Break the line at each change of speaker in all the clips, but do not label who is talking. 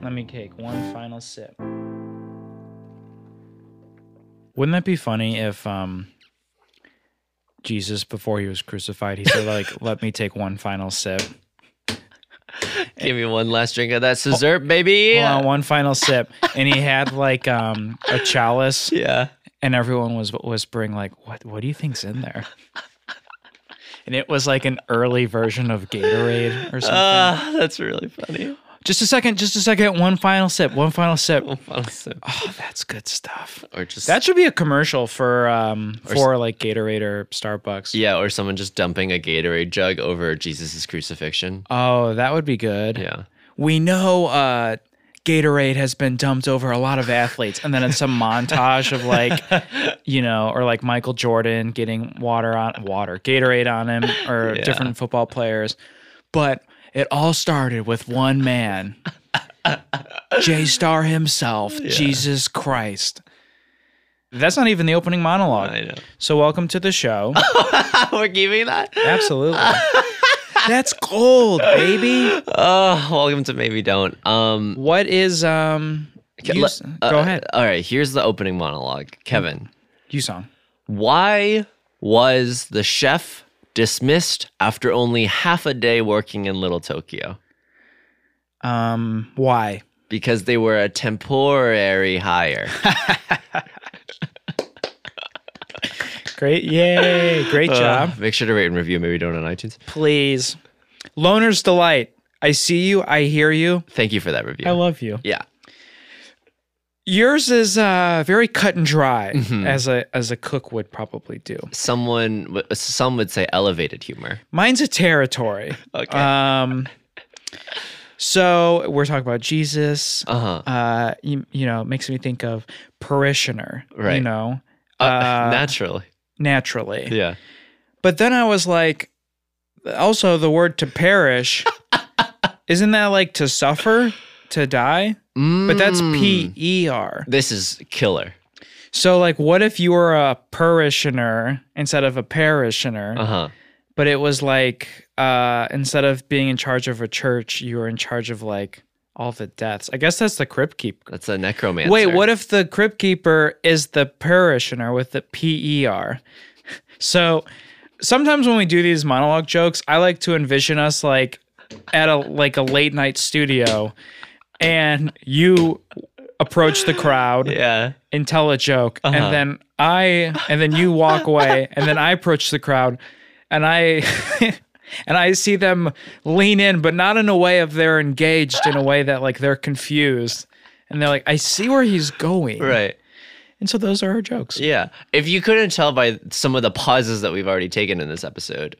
Let me take one final sip. Wouldn't that be funny if um Jesus before he was crucified, he said like, "Let me take one final sip."
Give me one last drink of that dessert, baby.
Hold on, one final sip. And he had like um a chalice
Yeah.
and everyone was whispering like, "What what do you think's in there?" And it was like an early version of Gatorade or something.
Ah, that's really funny.
just a second, just a second. One final sip. One final sip.
One final sip.
Oh, that's good stuff.
Or just
That should be a commercial for um
Or s-
for like Gatorade or Starbucks.
yeah, or someone just dumping a Gatorade jug over Jesus' crucifixion.
Oh, that would be good.
Yeah.
We know uh Gatorade has been dumped over a lot of athletes and then it's a montage of like you know or like Michael Jordan getting water on water, Gatorade on him or
Yeah.
different football players. But it all started with one man. J Star himself, Jesus Christ. That's not even the opening monologue.
I know.
So welcome to the show.
We're giving that.
Absolutely. That's gold, baby.
Oh, welcome to maybe don't. Um
What is um
Ke-
you
le-
s-
uh,
go ahead.
All right, here's the opening monologue. Kevin,
You song.
why was the chef dismissed after only half a day working in Little Tokyo?
Um why?
Because they were a temporary hire.
Great. Yay. Great job.
Uh, make sure to rate and review maybe don't on iTunes.
Please. Loner's delight. I see you, I hear you.
Thank you for that review.
I love you.
yeah.
Yours is uh very cut and dry
Mm-hmm.
as a as a cook would probably do.
Someone w- some would say elevated humor.
Mine's a territory.
Okay.
Um so we're talking about Jesus.
Uh-huh.
uh, you, you know, it makes me think of parishioner, you
Right.
know,
Uh,
uh,
naturally.
naturally.
Yeah.
But then I was like, also the word to perish, isn't that like to suffer, to die? But that's
Mm.
P E R.
This is killer.
So, like, what if you were a parishioner instead of a parishioner,
Uh-huh.
but it was like, uh, instead of being in charge of a church, you were in charge of like all the deaths? I guess that's the crypt keeper.
That's a necromancer.
Wait, what if the crypt keeper is the parishioner with the P E R? So sometimes when we do these monologue jokes, I like to envision us like at a like a late night studio and you approach the crowd
Yeah.
and tell a joke
Uh-huh.
and then I and then you walk away and then I approach the crowd and I and I see them lean in but not in a way of they're engaged in a way that like they're confused and they're like I see where he's going
Right.
and so those are our jokes
Yeah. If you couldn't tell by some of the pauses that we've already taken in this episode,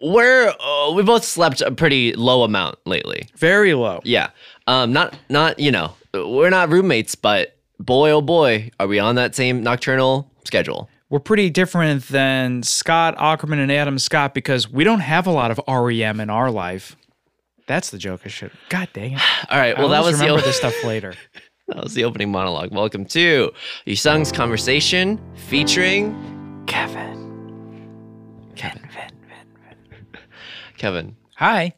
we're uh, we both slept a pretty low amount lately.
very low
Yeah. Um not not, you know, we're not roommates, but boy oh boy, are we on that same nocturnal schedule.
we're pretty different than Scott Ackerman and Adam Scott because we don't have a lot of REM in our life that's the joke I should god dang it
All right. Well,
I
that
always
was the
remember
o-
this stuff later
That was the opening monologue. Welcome to Yusung's Conversation featuring
Kevin
Kevin. Kevin,
hi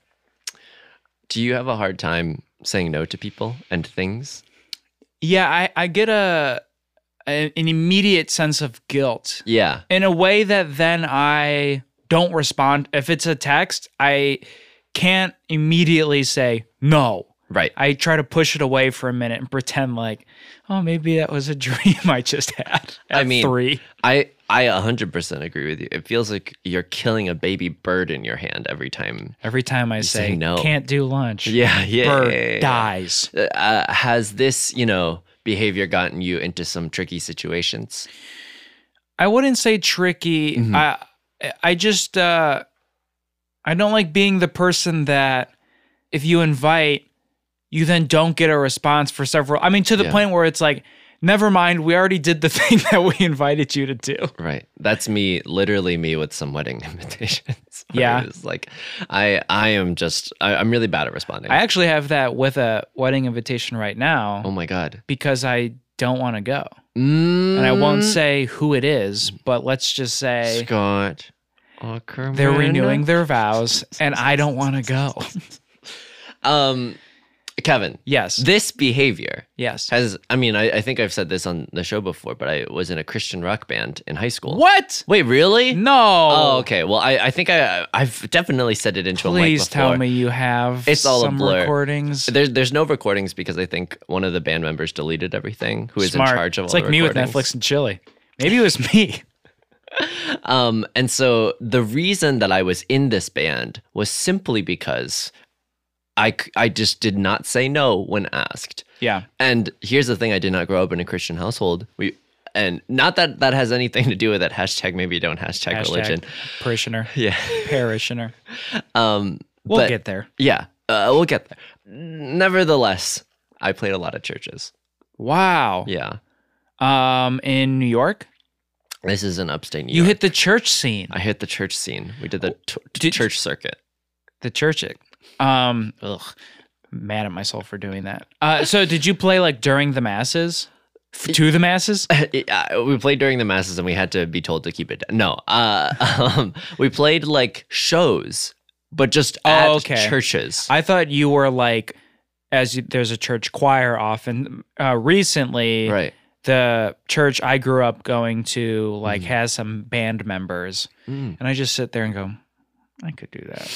do you have a hard time saying no to people and things?
Yeah, I, I get a, a- an immediate sense of guilt
Yeah.
in a way that then I don't respond. If it's a text, I can't immediately say no.
Right.
I try to push it away for a minute and pretend like, oh, maybe that was a dream I just had. At
I mean-
three.
I I 100% agree with you. It feels like you're killing a baby bird in your hand every time.
Every time I
say
say,
no.
can't do lunch,
Yeah, yeah.
bird
yeah, yeah, yeah.
dies.
Uh, has this, you know, behavior gotten you into some tricky situations?
I wouldn't say tricky.
Mm-hmm.
I I just uh I don't like being the person that if you invite, you then don't get a response for several I mean to the
Yeah.
point where it's like, never mind, we already did the thing that we invited you to do.
Right. That's me, literally me with some wedding invitations. where
Yeah.
It's like I I am just I, I'm really bad at responding.
I actually have that with a wedding invitation right now
oh my god.
because I don't want to go.
Mm,
And I won't say who it is, but let's just say
Scott. Ackerman.
they're renewing their vows and I don't want to go.
Um Kevin,
Yes.
this behavior
yes.
has, I mean, I, I think I've said this on the show before, but I was in a Christian rock band in high school.
What?
Wait, really?
No.
Oh, okay. Well, I, I think I, I've definitely said it into a mic
Please
before.
tell me you have
It's all a
some
blur.
recordings.
There's, there's no recordings because I think one of the band members deleted everything. Who is
Smart.
in charge of all
It's like
the
me with
recordings.
Netflix and Chili. Maybe it was me.
Um, and so the reason that I was in this band was simply because I, c- I just did not say no when asked.
yeah.
And here's the thing: I did not grow up in a Christian household. We and not that that has anything to do with that hashtag. Maybe don't hashtag,
Hashtag
religion.
Parishioner.
Yeah.
Parishioner.
Um.
We'll
but-
get there.
Yeah. Uh, we'll get there. Nevertheless, I played a lot of churches.
Wow.
Yeah.
Um, in New York,
This is an upstate New
you
York.
hit the church scene.
I hit the church scene. We did the t-
Did-
church circuit.
The church. Um, ugh, mad at myself for doing that. Uh, so did you play like during the masses? F- to the masses?
Uh, we played during the masses and we had to be told to keep it down. No, uh, um, we played like shows, but just
Oh,
at
okay.
churches.
I thought you were like, as you, there's a church choir often. Uh, recently,
right.
the church I grew up going to like has some band members,
Mm.
and I just sit there and go, I could do that.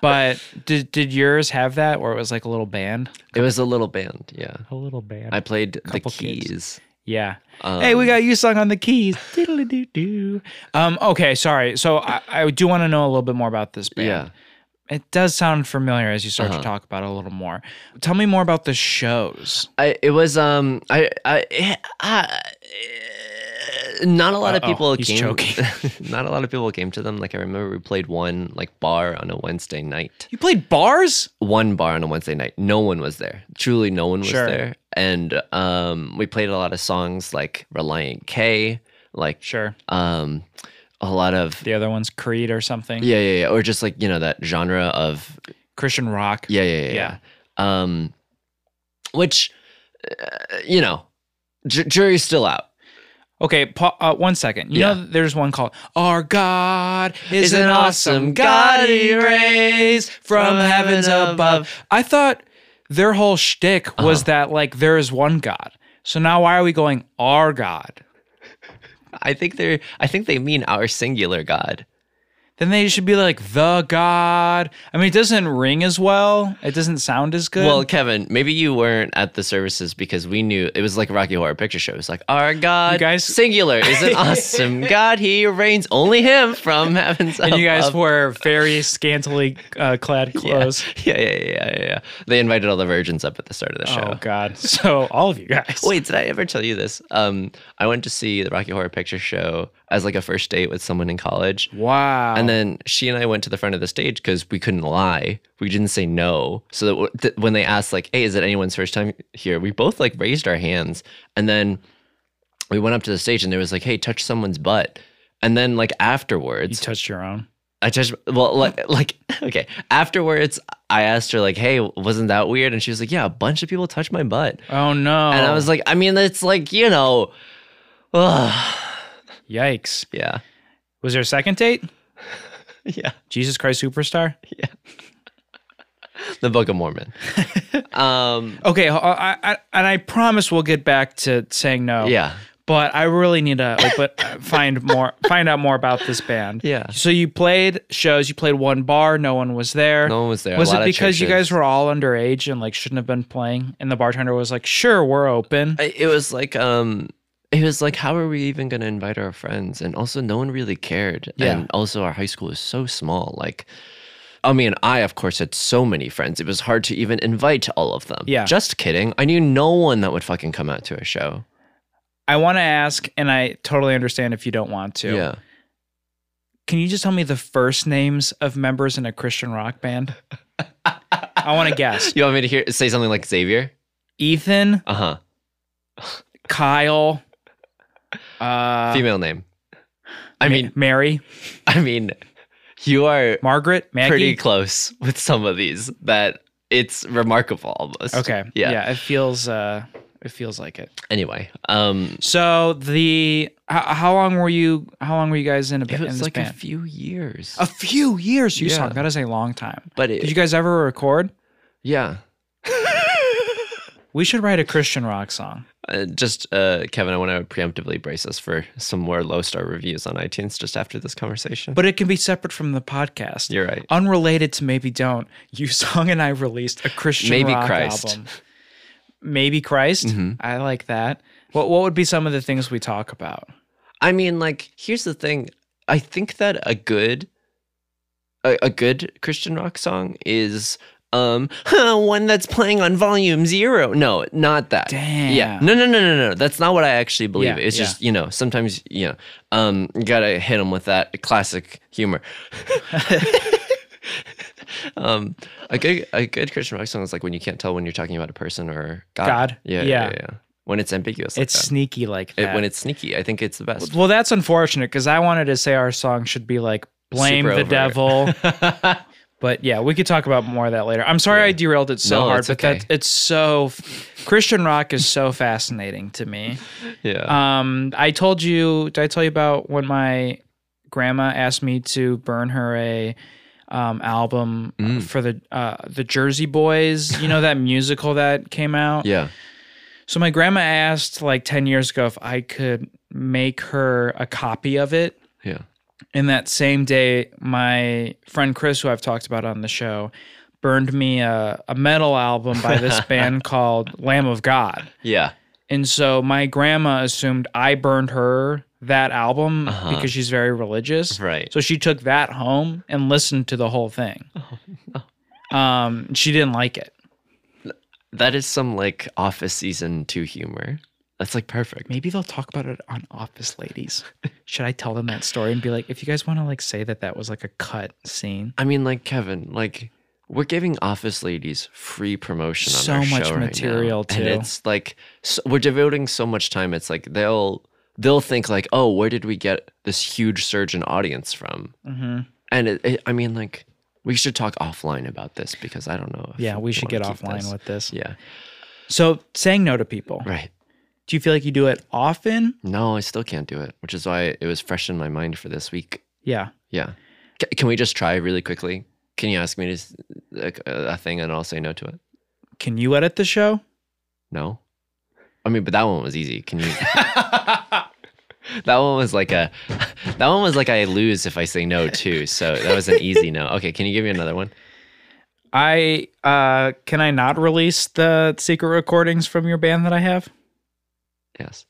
But did did yours have that, where it was like a little band?
It was a little band. Yeah.
A little band.
I played the
Couple kids.
keys.
yeah.
Um,
hey, we got you sung on the keys. Diddly-doo-doo. Um. Okay. Sorry. So I, I do want to know a little bit more about this band.
Yeah.
It does sound familiar as you start
Uh-huh.
to talk about it a little more. Tell me more about the shows.
I, it was um I I, eh, I eh, not a lot of
Uh-oh,
people
he's
came
choking.
not a lot of people came to them. Like I remember we played one like bar on a Wednesday night.
You played bars?
One bar on a Wednesday night. No one was there. Truly no one was
Sure.
there. And um we played a lot of songs like Reliant K, like
Sure.
um a lot of
The other one's Creed or something.
yeah, yeah, yeah. Or just like, you know, that genre of
Christian rock.
Yeah, yeah, yeah. yeah. Um, which, uh, you know, j- jury's still out.
Okay, pa- uh, one second. You
Yeah.
know, there's one called "Our God is,
Is
an awesome God He raised from heavens above." I thought their whole shtick was that like there is one God. So now why are we going our God?
I think they're. I think they mean our singular God.
Then they should be like the God. I mean, it doesn't ring as well. It doesn't sound as good.
Well, Kevin, maybe you weren't at the services because we knew it was like Rocky Horror Picture Show. It's like our God,
You guys-
singular, is an awesome God. He reigns only Him from heavens
and you guys
above.
wear very scantily uh, clad
yeah.
clothes.
yeah, yeah, yeah, yeah, yeah. They invited all the virgins up at the start of the show.
Oh God! So all of you guys.
Wait, did I ever tell you this? Um, I went to see the Rocky Horror Picture Show as like a first date with someone in college.
Wow.
And then she and I went to the front of the stage because we couldn't lie. We didn't say no. So that w- th- when they asked, like, "Hey, is it anyone's first time here?" We both like raised our hands, and then we went up to the stage, and there was like, "Hey, touch someone's butt." And then like
you
afterwards,
touched your own.
I just well like like okay. Afterwards, I asked her like, "Hey, wasn't that weird?" And she was like, "Yeah, a bunch of people touched my butt."
Oh no!
And I was like, I mean, it's like, you know, ugh.
Yikes.
yeah,
Was there a second date?
yeah,
Jesus Christ Superstar?
the Book of Mormon. um,
Okay, I, I, I- and I promise we'll get back to saying no.
yeah,
But I really need to open, uh, find more find out more about this band.
Yeah.
So you played shows, you played one bar, no one was there.
no one was there. A
was
lot
it
of
because you
churches.
guys were all underage and like shouldn't have been playing and the bartender was like, "Sure, we're open."
I- It was like, um, it was like, how are we even gonna invite our friends? And also, no one really cared.
Yeah.
And also, our high school is so small. Like, I mean, I of course had so many friends. It was hard to even invite all of them.
Yeah.
Just kidding. I knew no one that would fucking come out to a show.
I want to ask and I totally understand if you don't want to.
Yeah.
Can you just tell me the first names of members in a Christian rock band? I want to guess.
You want me to hear say something like Xavier?
Ethan,
Uh huh.
Kyle, uh,
Female name. I mean,
Mary,
I mean, you are
Margaret, Maggie.
pretty close with some of these that it's remarkable almost.
okay,
Yeah.
yeah. it feels uh, it feels like it.
Anyway, um,
So the how, how long were you? How long were you guys in a
it
band? in
was
this
like a
band? Oh,
few years,
a few years. You
Yeah.
sung. That is a long time.
but
Did
it,
you guys ever record?
yeah,
We should write a Christian rock song.
Uh, just uh, Kevin, I want to preemptively brace us for some more low star reviews on iTunes just after this conversation.
But it can be separate from the podcast.
You're right.
Unrelated to maybe don't. You song and I released a Christian
Maybe
rock
Christ. Mm-hmm.
album. Maybe Christ. I like that. What what would be some of the things we talk about?
I mean, like, here's the thing. I think that a good, a, a good Christian rock song is um one that's playing on volume zero. No, not that. Yeah.
Damn.
No, no, no, no, no. That's not what I actually believe.
Yeah,
it's
yeah.
just you know sometimes you know um you gotta hit them with that classic humor. um, a good a good Christian rock song is like when you can't tell when you're talking about a person or God.
God. Yeah.
Yeah. Yeah. yeah, yeah. When it's ambiguous. Like
It's
it's
sneaky like that.
it, when it's sneaky. I think it's the best.
well, that's unfortunate because I wanted to say our song should be like blame
Super
the
overt.
devil. But yeah, we could talk about more of that later. I'm sorry I derailed it so
No,
hard,
it's
but
okay.
that it's so Christian rock is so fascinating to me.
yeah.
Um, I told you, did I tell you about when my grandma asked me to burn her a um, album
Mm.
for the uh, the Jersey Boys? You know that musical that came out.
yeah.
So my grandma asked like ten years ago if I could make her a copy of it.
Yeah.
And that same day, my friend Chris, who I've talked about on the show, burned me a, a metal album by this band called Lamb of God.
Yeah.
And so my grandma assumed I burned her that album
Uh-huh.
because she's very religious.
Right.
So she took that home and listened to the whole thing.
Oh,
Um, she didn't like it.
That is some like office season two humor. That's like perfect.
Maybe they'll talk about it on Office Ladies. Should I tell them that story and be like, if you guys want to like say that that was like a cut scene?
I mean, like Kevin, like we're giving office ladies free promotion on
So
our
much
show right now,
material, too.
and it's like so, we're devoting so much time. It's like they'll they'll think like, oh, where did we get this huge surge in audience from?
Mm-hmm.
And it, it, I mean, like we should talk offline about this because I don't know. If
Yeah, we should get
wanna keep
offline
this.
with this.
Yeah,
So saying no to people,
right.
do you feel like you do it often?
No, I still can't do it, which is why it was fresh in my mind for this week.
Yeah.
Yeah. C- can we just try really quickly? Can you ask me to s- like a a thing and I'll say no to it?
Can you edit the show?
No. I mean, but that one was easy. Can you? that one was like a. That one was like I lose if I say no too. So that was an easy no. Okay, can you give me another one?
I uh can I not release the secret recordings from your band that I have?
Yes.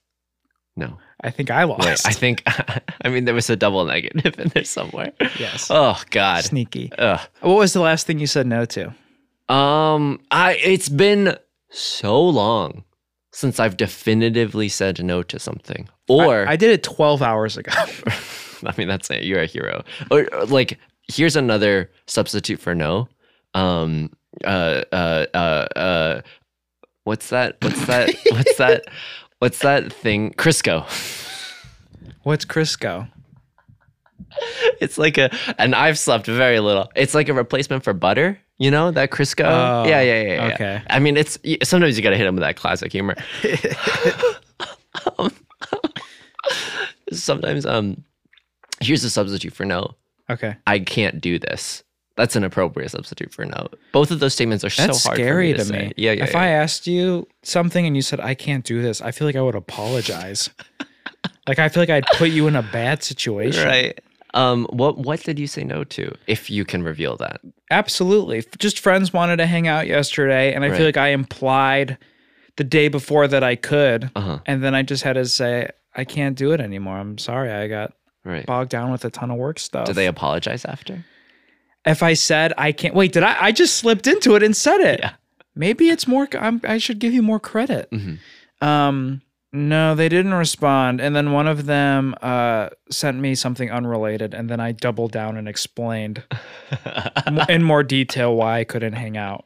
No.
I think I
Wait.
lost.
I think. I mean, there was a double negative in there somewhere.
yes.
Oh God.
Sneaky.
Ugh.
What was the last thing you said no to?
Um, I it's been so long since I've definitively said no to something. Or
I, I did it 12 hours ago.
I mean, that's it. You're a hero. Or, or, like, here's another substitute for no. Um, uh, uh, uh, uh, what's that? What's that? what's that? What's that thing? Crisco.
What's Crisco?
It's like a, and I've slept very little. It's like a replacement for butter. You know that Crisco?
Oh,
yeah, yeah, yeah, yeah.
okay.
I mean, it's y- sometimes you gotta hit them with that classic humor. Um, sometimes, um, here's a substitute for no.
Okay.
I can't do this. That's an appropriate substitute for no. Both of those statements are
That's
so hard
scary
for me to,
to,
say.
me.
Yeah, yeah.
If
yeah.
I asked you something and you said I can't do this, I feel like I would apologize. like I feel like I'd put you in a bad situation.
right. Um, what what did you say no to? If you can reveal that,
Absolutely. F- Just friends wanted to hang out yesterday, and I
Right.
feel like I implied the day before that I could,
Uh-huh.
and then I just had to say I can't do it anymore. I'm sorry, I got
right?
bogged down with a ton of work stuff.
Did they apologize after?
if I said I can't wait, did I? I just slipped into it and said it.
Yeah.
Maybe it's more. I'm, I should give you more credit.
Mm-hmm.
Um, no, they didn't respond. And then one of them uh, sent me something unrelated, and then I doubled down and explained m- in more detail why I couldn't hang out.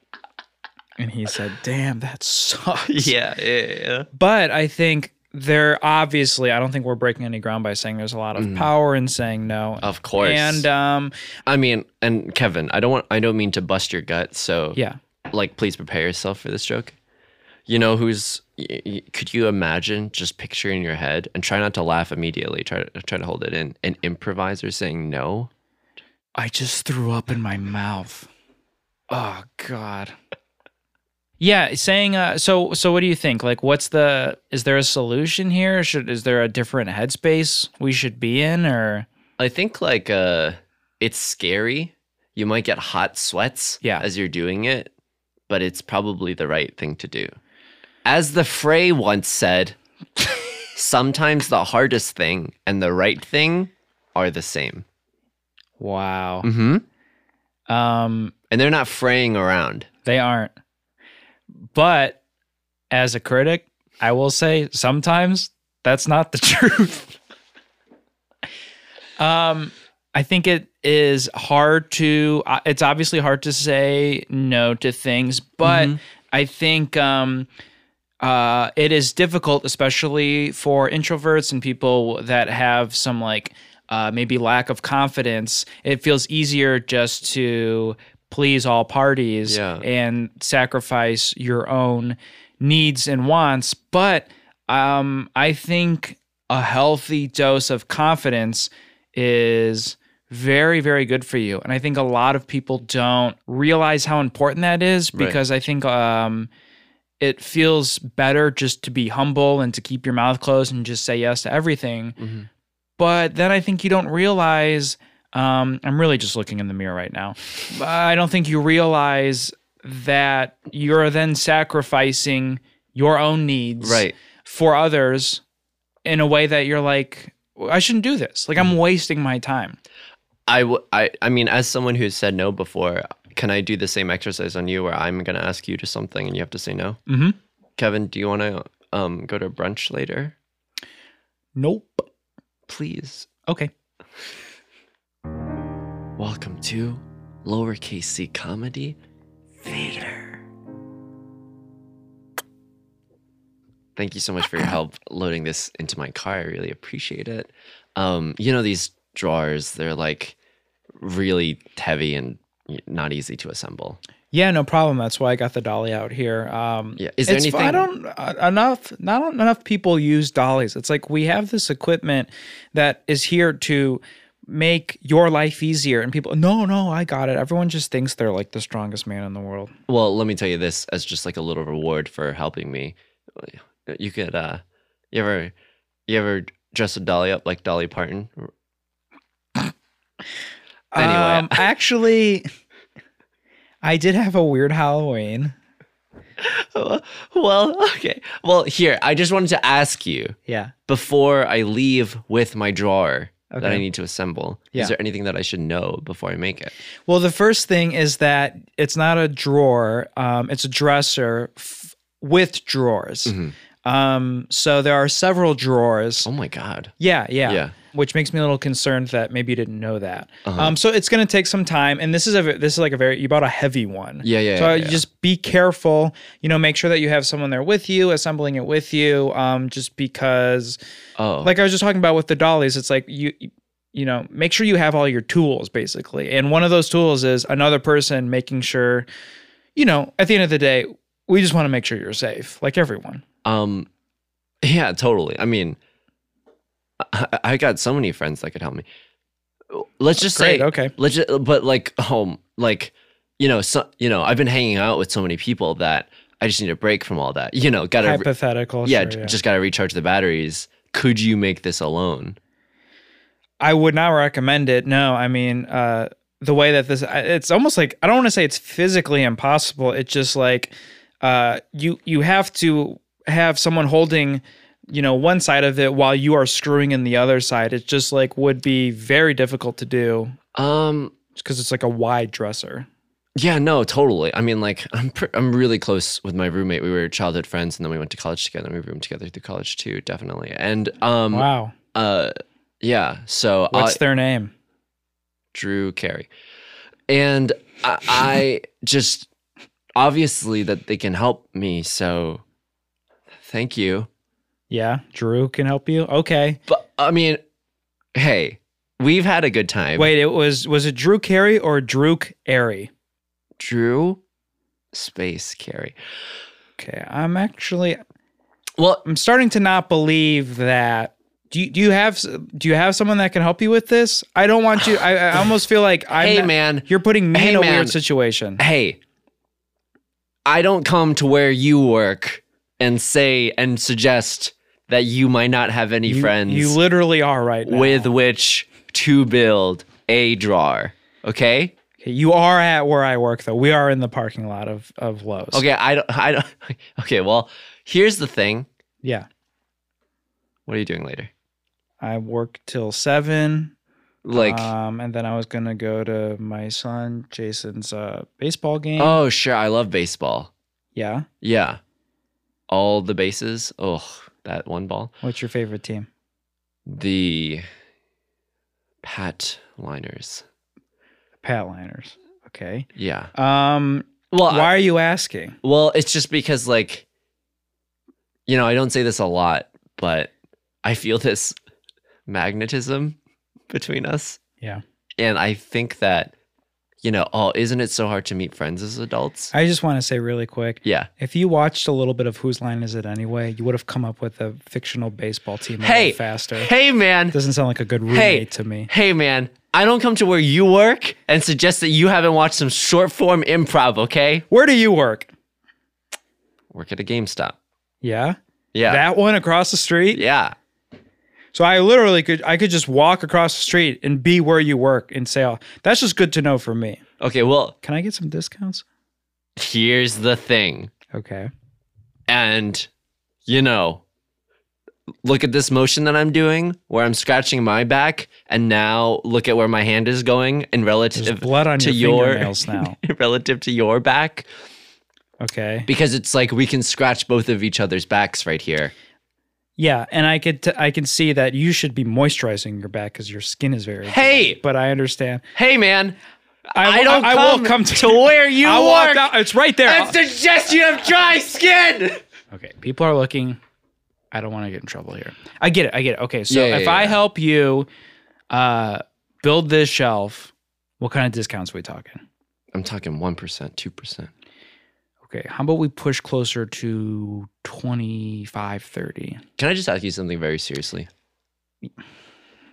And he said, "Damn, that sucks."
Yeah, yeah, yeah.
But I think there obviously, I don't think we're breaking any ground by saying there's a lot of power in saying no.
Mm-hmm. Of course.
And um,
I mean, and Kevin, I don't want, I don't mean to bust your gut. So
yeah,
like, please prepare yourself for this joke. You know who's? y- y- Could you imagine? Just picture in your head and try not to laugh immediately. Try to try to hold it in. An improviser saying no.
I just threw up in my mouth. Oh God. Yeah, saying uh, so. So, what do you think? Like, what's the? Is there a solution here? Should is there a different headspace we should be in, or
I think like uh it's scary. You might get hot sweats
Yeah.
as you're doing it, but it's probably the right thing to do. As the Fray once said, sometimes the hardest thing and the right thing are the same.
wow?
Mhm.
Um,
And they're not fraying around.
they aren't. But as a critic, I will say sometimes that's not the truth. um, I think it is hard to. uh, It's obviously hard to say no to things, but
Mhm.
I think um, uh, it is difficult, especially for introverts and people that have some like uh, maybe lack of confidence. It feels easier just to please all parties
Yeah.
and sacrifice your own needs and wants. But um, I think a healthy dose of confidence is very, very good for you. And I think a lot of people don't realize how important that is
Right.
because I think um, it feels better just to be humble and to keep your mouth closed and just say yes to everything.
Mhm.
But then I think you don't realize. Um, I'm really just looking in the mirror right now. I don't think you realize that you're then sacrificing your own needs
Right.
for others in a way that you're like, I shouldn't do this. Like I'm wasting my time.
I, w- I, I mean, as someone who's said no before, can I do the same exercise on you where I'm going to ask you to something and you have to say no?
Mm-hmm.
Kevin, do you want to um, go to brunch later?
Nope.
Please.
Okay.
Welcome to lowercase c comedy theater. Thank you so much for your help loading this into my car. I really appreciate it. Um, you know, these drawers, they're like really heavy and not easy to assemble.
Yeah, no problem. That's why I got the dolly out here. Um,
Yeah. Is there
it's-
anything?
I don't uh, enough. Not enough people use dollies. It's like we have this equipment that is here to make your life easier, and people. No, no, I got it. Everyone just thinks they're like the strongest man in the world.
Well, let me tell you this as just like a little reward for helping me. You could uh you ever you ever dress a dolly up like Dolly Parton? Anyway.
um, actually, I did have a weird Halloween.
Well, okay. Well, here, I just wanted to ask you
Yeah.
before I leave with my drawer that I
Okay.
need to assemble.
Yeah.
Is there anything that I should know before I make it?
Well, the first thing is that it's not a drawer, um, it's a dresser f- with drawers.
Mhm.
Um, so there are several drawers.
Oh my god.
Yeah, yeah,
Yeah.
Which makes me a little concerned that maybe you didn't know that.
Uh-huh.
Um, so it's going to take some time, and this is a ve- this is like a very you bought a heavy one.
Yeah, yeah,
So
yeah,
you
yeah.
just be careful. You know, make sure that you have someone there with you, assembling it with you. Um, just because
Oh.
like I was just talking about with the dollies, it's like you you know, make sure you have all your tools basically. And one of those tools is another person making sure you know, at the end of the day, we just want to make sure you're safe, like everyone.
Um, yeah, totally. I mean, I, I got so many friends that could help me. Let's just
Great,
say,
okay.
Let's just, but like, home, like, you know, so you know, I've been hanging out with so many people that I just need a break from all that. You know, gotta, re-
Hypothetical.
yeah,
sure,
j- just gotta recharge the batteries. Could you make this alone?
I would not recommend it. No, I mean, uh, the way that this, I- it's almost like I don't want to say it's physically impossible. It's just like uh, you you have to have someone holding, you know, one side of it while you are screwing in the other side. It's just like would be very difficult to do
Um,
because it's like a wide dresser.
Yeah, no, totally. I mean, like, I'm pr- I'm really close with my roommate. We were childhood friends, and then we went to college together. We roomed together through college too, definitely. And um,
Wow,
uh, yeah. So
what's
I-
their name?
Drew Carey, and I, I just obviously that they can help me. So thank you.
Yeah, Drew can help you. Okay,
But I mean, hey, we've had a good time.
wait, it was was it Drew Carey or Drew Airy?
Drew, space Carey.
Okay, I'm actually
Well,
I'm starting to not believe that. Do you, do you have do you have someone that can help you with this? I don't want you. I, I almost feel like I'm.
hey,
not-
man.
you're putting me
Hey,
in a
man.
weird situation.
hey, I don't come to where you work and say and suggest that you might not have any
You-
friends
You literally are right now.
with which to build a drawer. Okay?
Okay, you are at where I work though. We are in the parking lot of of Lowe's.
Okay, I don't I don't Okay, well, here's the thing.
Yeah.
What are you doing later?
I work till seven.
Like
um, and then I was gonna go to my son Jason's uh baseball game.
Oh, sure, I love baseball.
yeah.
Yeah. All the bases. Oh, that one ball.
What's your favorite team?
The Pat Liners.
Pat Liners. Okay.
Yeah.
Um,
Well, I-
why are you asking?
Well, it's just because like you know, I don't say this a lot, but I feel this magnetism between us.
Yeah.
And I think that you know, oh, isn't it so hard to meet friends as adults?
I just want to say really quick.
yeah.
If you watched a little bit of Whose Line Is It Anyway, you would have come up with a fictional baseball team a
Hey,
little faster.
Hey man.
Doesn't sound like a good roommate
Hey.
to me.
Hey man. I don't come to where you work and suggest that you haven't watched some short form improv, okay?
Where do you work?
Work at a GameStop.
Yeah.
Yeah.
That one across the street.
yeah.
So I literally could I could just walk across the street and be where you work and say, oh, that's just good to know for me.
Okay, well,
Can I get some discounts?
here's the thing.
Okay.
and you know look at this motion that i'm doing where i'm scratching my back and now look at where my hand is going and
There's
relative
blood on
to
your,
your-
fingernails now.
relative to your back
Okay.
because it's like we can scratch both of each other's backs right here
Yeah, and I could t- I can see that you should be moisturizing your back because your skin is very.
Hey!
dry, but I understand.
hey man
I,
i don't
I,
come,
will come to,
where you
I walked
walk
out. It's right there.
and suggest you have dry skin
okay, people are looking. I don't want to get in trouble here. I get it. I get it. Okay, so
Yeah, yeah,
if I
yeah.
help you uh, build this shelf, what kind of discounts are we talking?
i'm talking 1% 2%
Okay, how about we push closer to 25, 30?
can i just ask you something very seriously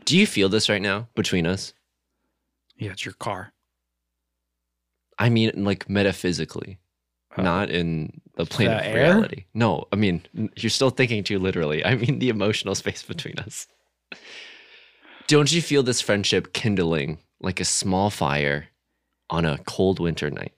do you feel this right now between us
Yeah, it's your car.
I mean, like metaphysically,
Oh.
not in the plane
The
of
air?
reality. No, I mean, n- you're still thinking too literally. I mean, the emotional space between us. Don't you feel this friendship kindling like a small fire on a cold winter night?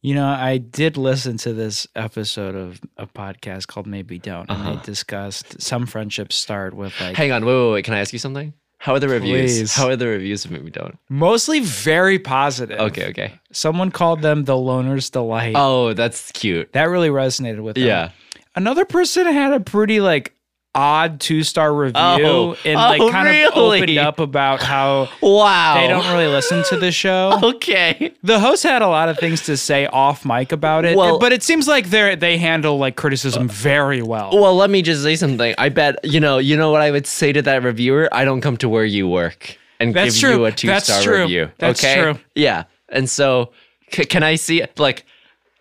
You know, I did listen to this episode of a podcast called Maybe Don't, and
Uh-huh.
they discussed some friendships start with like
Hang on, wait, wait, wait. Can I ask you something? How are the reviews?
Please.
How are the reviews of Maybe Don't?
mostly very positive.
Okay, okay.
Someone called them the loner's delight.
Oh, that's cute.
that really resonated with them.
Yeah.
Another person had a pretty like odd two star review
Oh.
and like
Oh,
kind of
really? Oh.
opened up about how
Wow.
they don't really listen to the show.
Oh. Okay.
The host had a lot of things to say off mic about it,
Well- Uh,
but it seems like they are they handle like criticism very well.
Well, let me just say something. I bet you know. You know what I would say to that reviewer? I don't come to where you work and
That's
give
true.
you a
That's
two star
true.
review.
That's
okay?
true.
Yeah. And so, c- can I see like,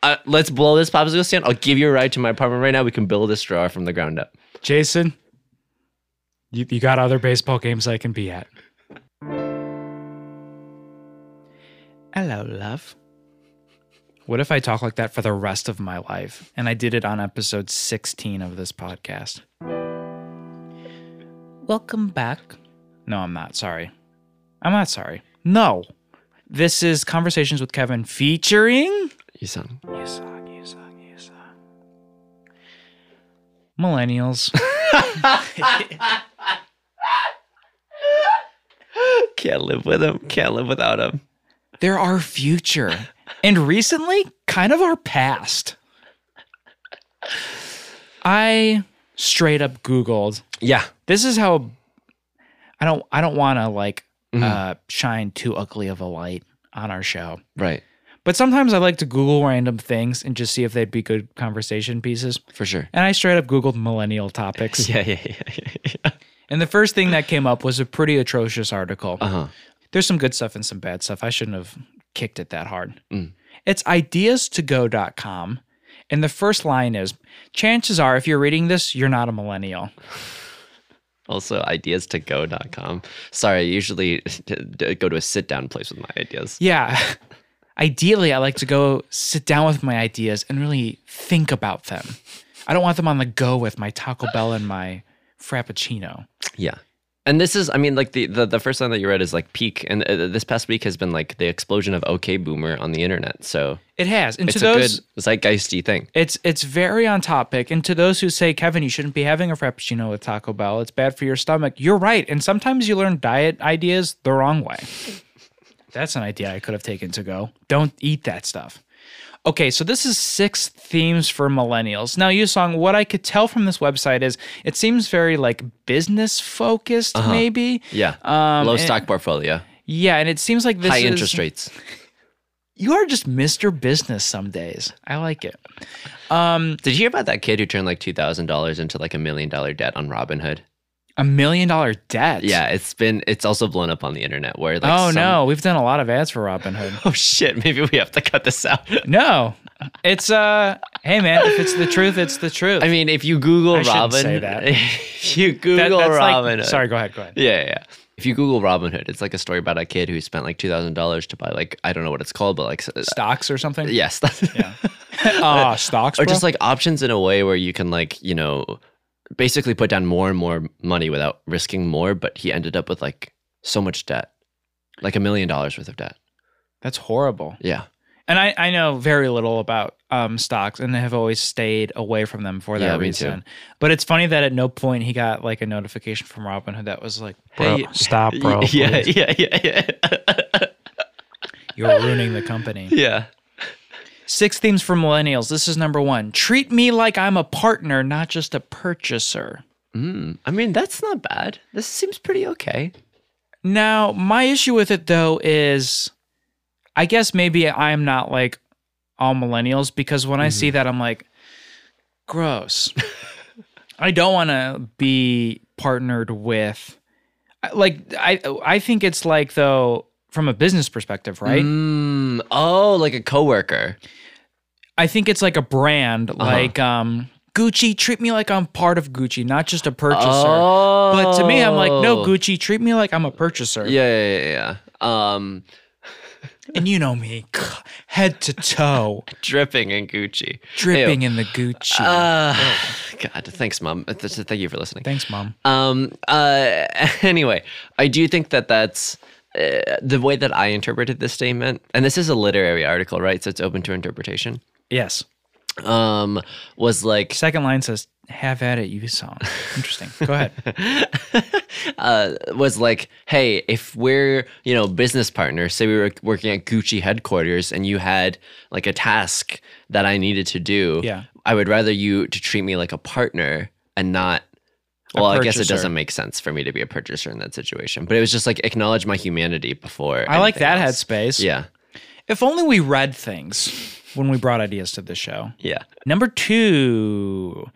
uh, let's blow this popsicle stand. I'll give you a ride to my apartment right now. We can build this drawer from the ground up.
Jason, you, you got other baseball games I can be at. Hello, love. What if I talk like that for the rest of my life? And I did it on episode 16 of this podcast. Welcome back. No, I'm not sorry. I'm not sorry. No. This is Conversations with Kevin featuring.
You sound.
You suck, you suck, you suck. Millennials.
Can't live with him. Can't live without him.
They're our future. and recently, kind of our past. I straight up Googled.
Yeah.
This is how I don't I don't wanna like
Mhm.
uh shine too ugly of a light on our show.
Right.
But sometimes I like to Google random things and just see if they'd be good conversation pieces.
For sure.
And I straight up Googled millennial topics.
Yeah. Yeah. Yeah. yeah, yeah.
And the first thing that came up was a pretty atrocious article.
Uh huh.
There's some good stuff and some bad stuff. I shouldn't have kicked it that hard.
Mm.
It's ideas2go.com. And the first line is chances are, if you're reading this, you're not a millennial.
Also, ideas to go.com. Sorry, I usually d- d- go to a sit down place with my ideas.
Yeah. Ideally, I like to go sit down with my ideas and really think about them. I don't want them on the go with my Taco Bell and my Frappuccino.
Yeah. And this is, I mean, like the, the, the first line that you read is like peak. And uh, this past week has been like the explosion of OK Boomer on the internet. So
It has. And
it's
to those,
a good zeitgeisty thing.
it's it's very on topic. And to those who say, Kevin, you shouldn't be having a Frappuccino with Taco Bell, it's bad for your stomach. You're right. And sometimes you learn diet ideas the wrong way. That's an idea I could have taken to go. Don't eat that stuff. Okay, so this is six themes for millennials. Now, Yusong, what I could tell from this website is it seems very like business focused, maybe.
Yeah.
Um,
Uh-huh. Low
and-
stock portfolio,
Yeah, and it seems like this
high
is,
interest rates.
You are just Mr. Business some days. I like it.
Did you hear about that kid who turned like $2,000 into like a million dollar debt on Robinhood?
A million dollar debt.
Yeah. It's been, it's also blown up on the internet where like,
oh
some-
no, we've done a lot of ads for Robinhood.
Oh shit. Maybe we have to cut this out.
no, it's uh, hey man, if it's the truth, it's the truth.
I mean, if you Google
I shouldn't
Robin,
say that.
if you Google
that's like-
Robin.
sorry, go ahead, go ahead.
Yeah, yeah, yeah. If you Google Robin Hood, it's like a story about a kid who spent like two thousand dollars to buy like I don't know what it's called, but like s-
Stocks or something.
yes,
Yeah. Ah, stocks.
or
bro?
just like options in a way where you can like you know basically put down more and more money without risking more. But he ended up with like so much debt, like a million dollars worth of debt.
that's horrible.
Yeah,
And I, I know very little about um, stocks and have always stayed away from them for that
Yeah, me too.
reason. But it's funny that at no point he got like a notification from Robinhood that was like, bro,
Hey,
stop, bro.
yeah,
please.
yeah, yeah, yeah,
You're ruining the company.
yeah.
Six themes for millennials. This is number one. Treat me like I'm a partner, not just a purchaser.
Mm, I mean, that's not bad. This seems pretty okay.
Now, my issue with it though is I guess maybe I'm not like all millennials because when I see that, I'm like, gross. I don't want to be partnered with, I- like, I, I think it's like though, from a business perspective, right?
Mm, oh, like a coworker.
I think it's like a brand,
Uh-huh.
like, um, Gucci, treat me like I'm part of Gucci, not just a purchaser.
Oh.
But to me, I'm like, no, Gucci, treat me like I'm a purchaser.
Yeah, yeah, yeah, yeah. Um,
And you know me, head to toe.
dripping in Gucci.
dripping in the Gucci.
Uh, God, thanks, mom. Uh, Th- th- Thank you for listening.
Thanks, mom.
Um. Uh. Anyway, I do think that that's uh, the way that I interpreted this statement, and this is a literary article, right? So it's open to interpretation.
Yes.
Um. Was like
Second line says, "Have at it, you song." Interesting. Go ahead.
uh, was like, hey, if we're you know business partners, say we were working at Gucci headquarters, and you had like a task that I needed to do,
Yeah.
I would rather you to treat me like a partner and not. Well, I guess it
purchaser.
doesn't make sense for me to be a purchaser in that situation, but it was just like acknowledge my humanity before.
I like
anything
that
else.
headspace.
Yeah,
If only we read things when we brought ideas to the show.
yeah.
Number two,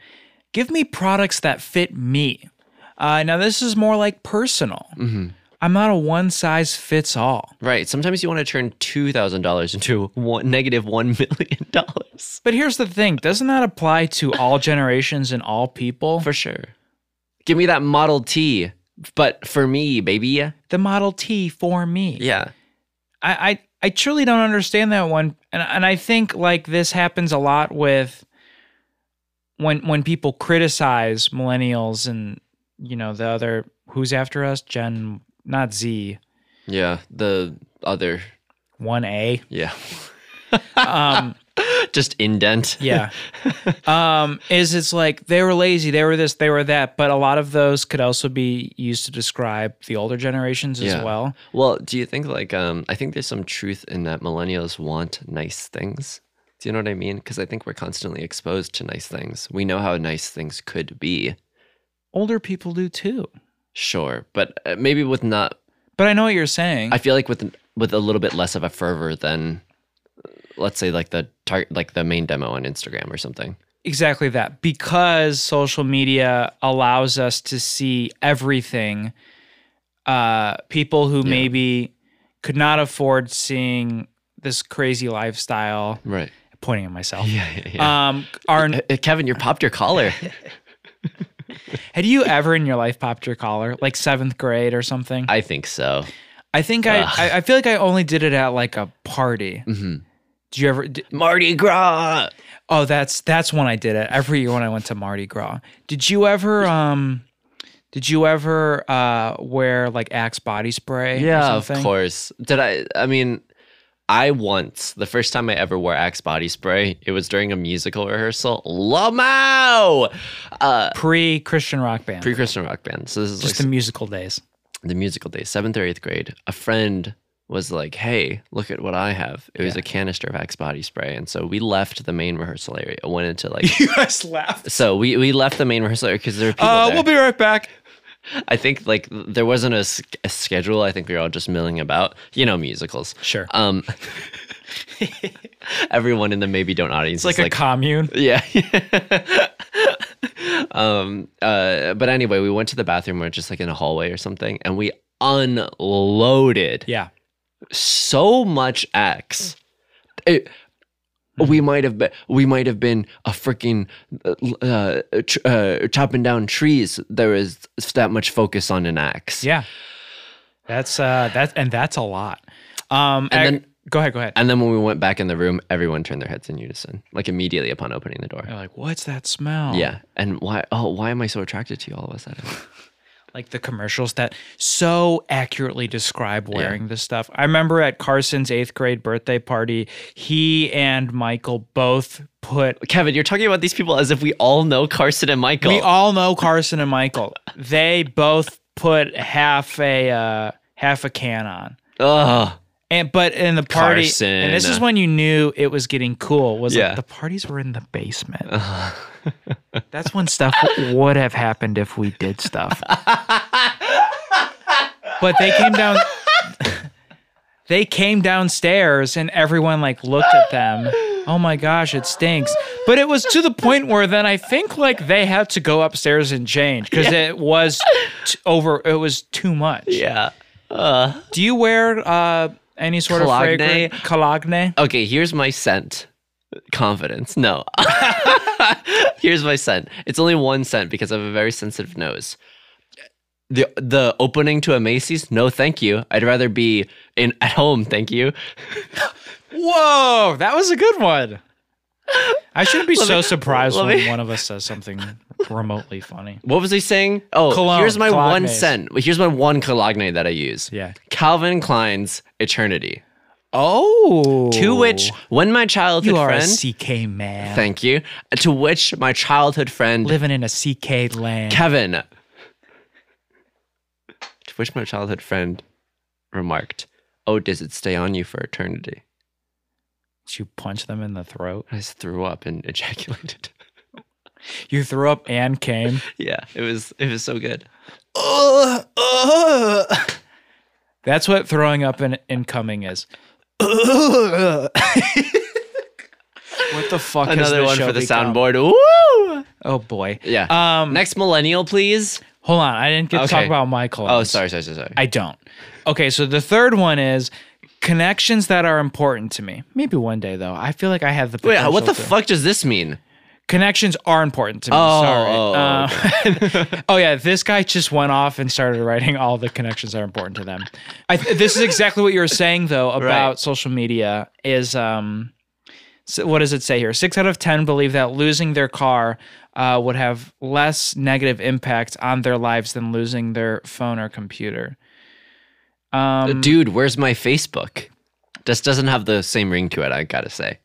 give me products that fit me. Uh, now this is more like personal.
Mm-hmm.
I'm not a one size fits all.
Right. Sometimes you want to turn two thousand dollars into one negative one million dollars
But here's the thing: doesn't that apply to all generations and all people?
for sure. Give me that Model T, but for me, baby.
the Model T for me.
Yeah.
I, I I truly don't understand that one, and and I think like this happens a lot with when when people criticize millennials and you know the other who's after us Gen not Z
Yeah, the other,
one A
yeah,
um
just indent.
yeah um is it's like they were lazy they were this they were that but a lot of those could also be used to describe the older generations as
Yeah.
well
Well, do you think like um I think there's some truth in that millennials want nice things. Do you know what I mean? Cuz I think we're constantly exposed to nice things. We know how nice things could be.
older people do too
Sure, but uh, maybe with not
but I know what you're saying
I feel like with with a little bit less of a fervor than uh, let's say like the tar- like the main demo on Instagram or something.
Exactly that. Because social media allows us to see everything, uh, people who maybe could not afford seeing this crazy lifestyle,
Right.
pointing at myself,
Yeah. yeah, yeah.
um, are,
Uh, Kevin, you popped your collar.
had you ever in your life popped your collar, like seventh grade or something?
I think so.
I think I,
Ugh.
I I feel like I only did it at like a party.
Mhm.
Did you ever? d
Mardi Gras.
oh, that's that's when I did it. Every year when I went to Mardi Gras. Did you ever um? Did you ever uh wear like Axe body spray? or
Yeah, of
something?
course. Did I? I mean, I once the first time I ever wore Axe body spray, it was during a musical rehearsal. Lamau, uh,
Pre Christian rock band.
pre-Christian rock band. So this is like
just the musical days.
the musical day, seventh or eighth grade, a friend was like, Hey, look at what I have. It was a canister of Axe body spray. And so we left the main rehearsal area, went into like,
You guys laughed.
so we, we left the main rehearsal area because there were people.
Uh,
there.
we'll be right back.
I think like there wasn't a, s- a schedule. I think we were all just milling about, you know, musicals.
Sure.
Um, everyone in the maybe don't
It's
audience
like
is
a
like,
commune.
yeah. um, uh, but anyway, we went to the bathroom. We are just like in a hallway or something, and we unloaded
Yeah.
so much X. It-
Hmm.
we might have been, we might have been a freaking uh, uh, tr- uh, chopping down trees. There is that much focus on an axe.
Yeah. That's uh that's and that's a lot. Um
And
I-
then-
go ahead, go ahead.
And then when we went back in the room, everyone turned their heads in unison, like immediately upon opening the door.
They're like, what's that smell?
Yeah. And why? Oh, why am I so attracted to you all of a sudden?
Like the commercials that so accurately describe wearing this stuff. I remember at Carson's eighth grade birthday party, he and Michael both put
Kevin, you're talking about these people as if we all know Carson and Michael.
We all know Carson and Michael. They both put half a uh half a can on.
Ugh.
And but in the party, and this is
Carson.
when you knew it was getting cool. Was
Yeah.
like the parties were in the basement. That's when stuff would have happened if we did stuff. but they came down. They came downstairs and everyone like looked at them. Oh my gosh, it stinks. But it was to the point where then I think like they had to go upstairs and change because it was t- over. It was too much.
Yeah. Ugh.
Do you wear uh, any sort
Cologne?
of fragrance? Cologne.
okay, here's my scent. Confidence. No. here's my scent. It's only one scent because I have a very sensitive nose. The the opening to a Macy's? No, thank you. I'd rather be in at home, thank you.
Whoa, that was a good one. I shouldn't be so surprised
let
when
me-
one of us says something remotely funny.
What was he saying? Oh,
Cologne,
here's my one
Colognes.
scent. Here's my one cologne that I use.
Yeah.
Calvin Klein's Eternity.
Oh,
To which when my childhood
you are
friend
a CK man
Thank you. To which my childhood friend
living in a CK land.
Kevin, to which my childhood friend remarked, Oh, does it stay on you for eternity?
Did you punch them in the throat?
I just threw up and ejaculated.
You threw up and came.
yeah, it was it was so good.
That's what throwing up and, and coming is. what the fuck? has
Another
this
one
show
for the
become?
soundboard. Woo!
Oh boy.
Yeah.
Um.
Next millennial, please.
hold on. I didn't get to talk
Okay.
about Michael.
Oh, sorry, sorry, sorry, sorry.
I don't. Okay, so the third one is connections that are important to me. Maybe one day though. I feel like I have the
Wait,
potential
what the
to-
fuck does this mean?
Connections are important to me.
Oh,
Sorry.
oh,
Uh, oh yeah, this guy just went off and started writing all the connections that are important to them. I th- this is exactly what you were saying though about
Right.
social media is um so what does it say here? Six out of 10 believe that losing their car uh, would have less negative impact on their lives than losing their phone or computer. Um,
Dude, where's my Facebook? This doesn't have the same ring to it, I gotta say.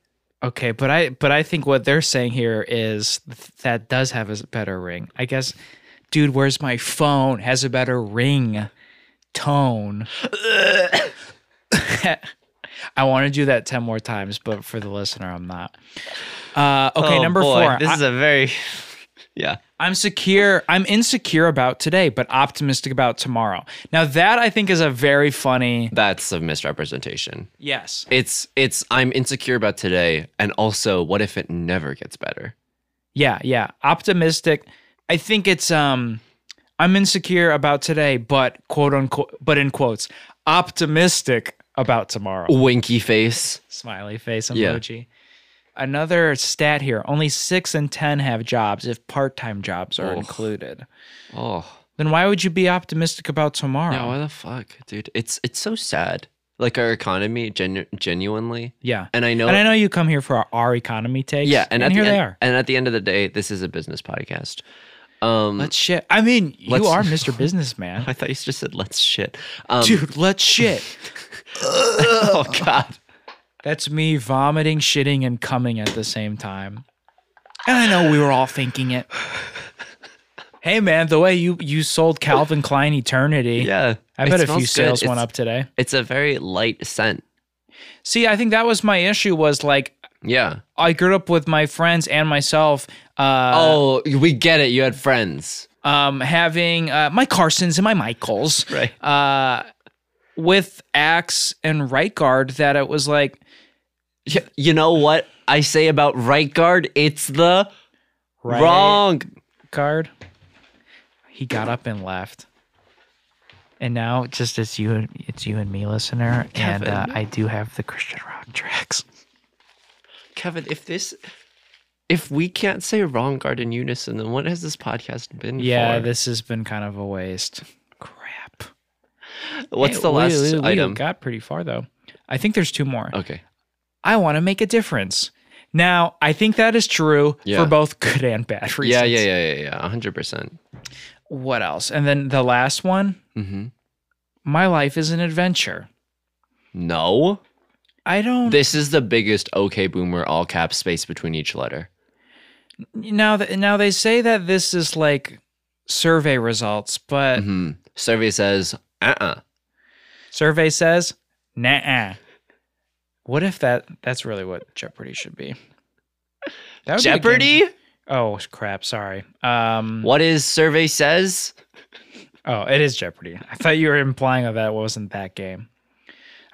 Okay, but I but I think what they're saying here is th- that does have a s- better ring. I guess, dude, where's my phone? Has a better ring, tone. I want to do that ten more times, but for the listener, I'm not. Uh, okay,
Oh,
number
boy,
four.
This
I,
is a very Yeah.
I'm secure. I'm insecure about today, but optimistic about tomorrow. Now that I think is a very funny.
That's a misrepresentation.
Yes.
It's it's I'm insecure about today and also what if it never gets better?
Yeah, yeah. Optimistic. I think it's um I'm insecure about today, but quote unquote but in quotes, optimistic about tomorrow.
Winky face.
Smiley face
Yeah.
emoji. Another stat here. Only six in ten have jobs if part time jobs are
Oh.
included.
Oh.
Then why would you be optimistic about tomorrow?
Yeah, why the fuck, dude? It's it's so sad. Like our economy, genu- genuinely.
yeah.
And I know.
And I know you come here for our, our economy takes.
yeah, and,
and,
at
here
the
they
end,
are.
And at the end of the day, this is a business podcast. Um,
Let's shit. I mean, you
Let's-
are Mr. Businessman.
I thought you just said let's shit. Um,
Dude, let's shit.
oh god.
That's me vomiting, shitting, and coming at the same time. And I know we were all thinking it. Hey man, the way you you sold Calvin Klein Eternity.
Yeah.
I
It
bet a
smells
few
good.
sales
it's,
went up today.
It's a very light scent.
See, I think that was my issue was like
Yeah.
I grew up with my friends and myself uh,
oh, we get it. You had friends.
um, having uh, my Carsons and my Michaels
Right.
uh, with Axe and Right Guard that it was like
Y- You know what I say about right guard? It's the
right
wrong.
guard. He got up and left. And now just it's you and it's you and me listener and uh, I do have the Christian rock tracks.
Kevin, if this if we can't say wrong guard in unison, then what has this podcast been
Yeah,
for?
this has been kind of a waste. Crap.
What's
Hey,
the
we-
last
we- we
item?
got pretty far though. I think there's two more.
okay.
I want to make a difference. Now, I think that is true
Yeah.
for both good and bad reasons.
Yeah, yeah, yeah, yeah, yeah. 100%.
What else? And then the last one,
Mhm.
my life is an adventure.
No.
I don't
This is the biggest okay boomer all caps space between each letter.
now th- now they say that this is like survey results, but
hmm Survey says, uh-uh.
survey says nah. What if that that's really what Jeopardy should be? That would be a game-
Jeopardy?
Oh crap, sorry. Um
What is survey says?
Oh, it is Jeopardy. I thought you were implying that it wasn't that game.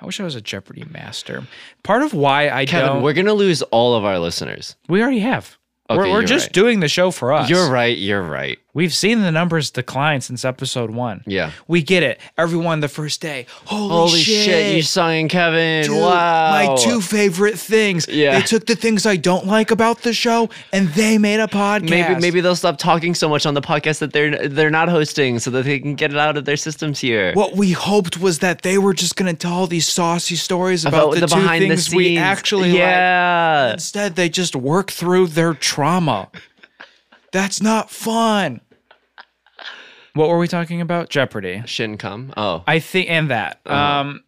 I wish I was a Jeopardy master. Part of why I
Kevin,
don't,
we're gonna lose all of our listeners.
we already have.
Okay,
we're we're
you're
just
right.
doing the show for us.
You're right. You're right.
We've seen the numbers decline since episode one.
Yeah.
We get it. Everyone, the first day. Holy,
Holy shit,
shit.
you sung in Kevin.
Dude,
wow.
My two favorite things.
Yeah.
They took the things I don't like about the show and they made a podcast.
Maybe maybe they'll stop talking so much on the podcast that they're they're not hosting, so that they can get it out of their systems here.
What we hoped was that they were just going to tell these saucy stories about, the, two
behind
things
the
we
scenes.
actually like.
yeah.
Instead, they just work through their trauma. That's not fun. What were we talking about? Jeopardy.
Shin come. Oh,
I think, and that. Um,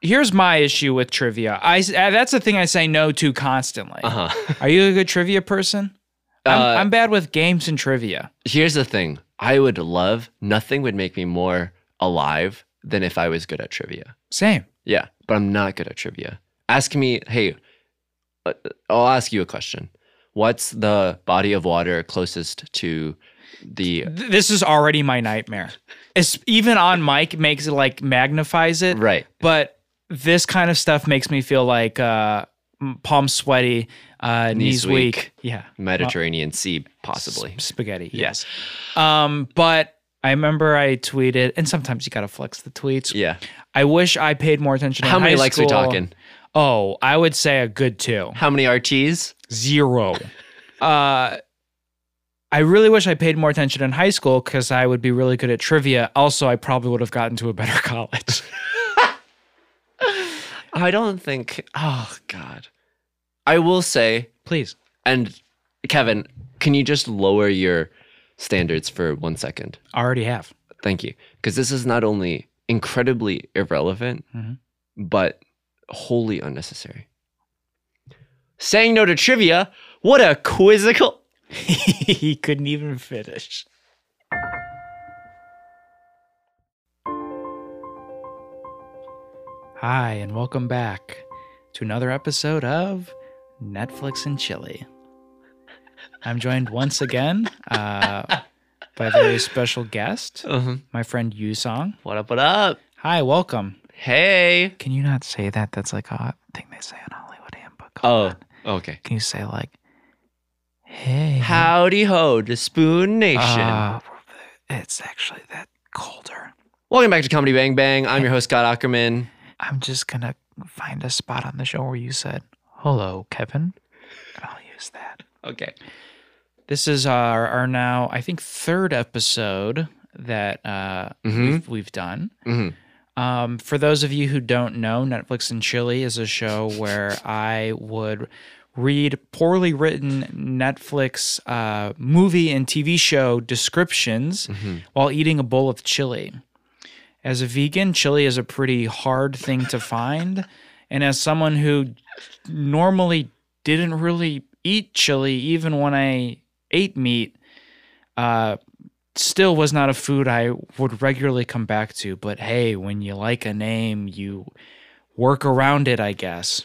here's my issue with trivia. I s- uh, that's the thing I say no to constantly.
uh-huh.
Are you a good trivia person? I'm,
Uh,
I'm bad with games and trivia.
Here's the thing. I would love. Nothing would make me more alive than if I was good at trivia.
Same.
Yeah, but I'm not good at trivia. Ask me, hey, uh, I'll ask you a question. What's the body of water closest to the
Th- This is already my nightmare. It's, even on mic makes it like magnifies it.
right?
but this kind of stuff makes me feel like uh m- palms sweaty uh
Knees
knees, weak.
weak.
yeah
Mediterranean Sea, possibly.
S- spaghetti
Yes.
yes um but i remember i tweeted and sometimes you gotta flex the tweets
Yeah.
i wish i paid more attention
How
in
many
high
likes we
school.
talking?
oh i would say a good two
How many RTs?
zero uh I really wish I paid more attention in high school because I would be really good at trivia. Also, I probably would have gotten to a better college.
I don't think. Oh God. I will say,
Please.
and Kevin, can you just lower your standards for one second?
I already have.
Thank you, because this is not only incredibly irrelevant,
Mhm.
but wholly unnecessary. Saying no to trivia. What a quizzical.
he couldn't even finish. Hi, and welcome back to another episode of Netflix and Chili. I'm joined once again uh, by a very special guest,
Uh-huh.
my friend Yusong.
What up? What up?
Hi, welcome.
Hey.
Can you not say that? That's like a thing they say in Hollywood Handbook.
Oh. Okay.
Can you say like, hey?
Mm-hmm. Howdy ho to Spoon Nation.
Uh, it's actually that colder.
Welcome back to Comedy Bang Bang. I'm your host, Scott Ackerman.
I'm just gonna find a spot on the show where you said, "Hello, Kevin." And I'll use that.
Okay.
This is our, our now, I think, third episode that uh,
Mhm.
we've, we've done.
Mhm.
Um, for those of you who don't know, Netflix and Chili is a show where I would read poorly written Netflix uh, movie and TV show descriptions
mm-hmm.
while eating a bowl of chili. As a vegan, chili is a pretty hard thing to find. And as someone who normally didn't really eat chili, even when I ate meat, uh, still was not a food I would regularly come back to. But hey, when you like a name, you work around it, I guess.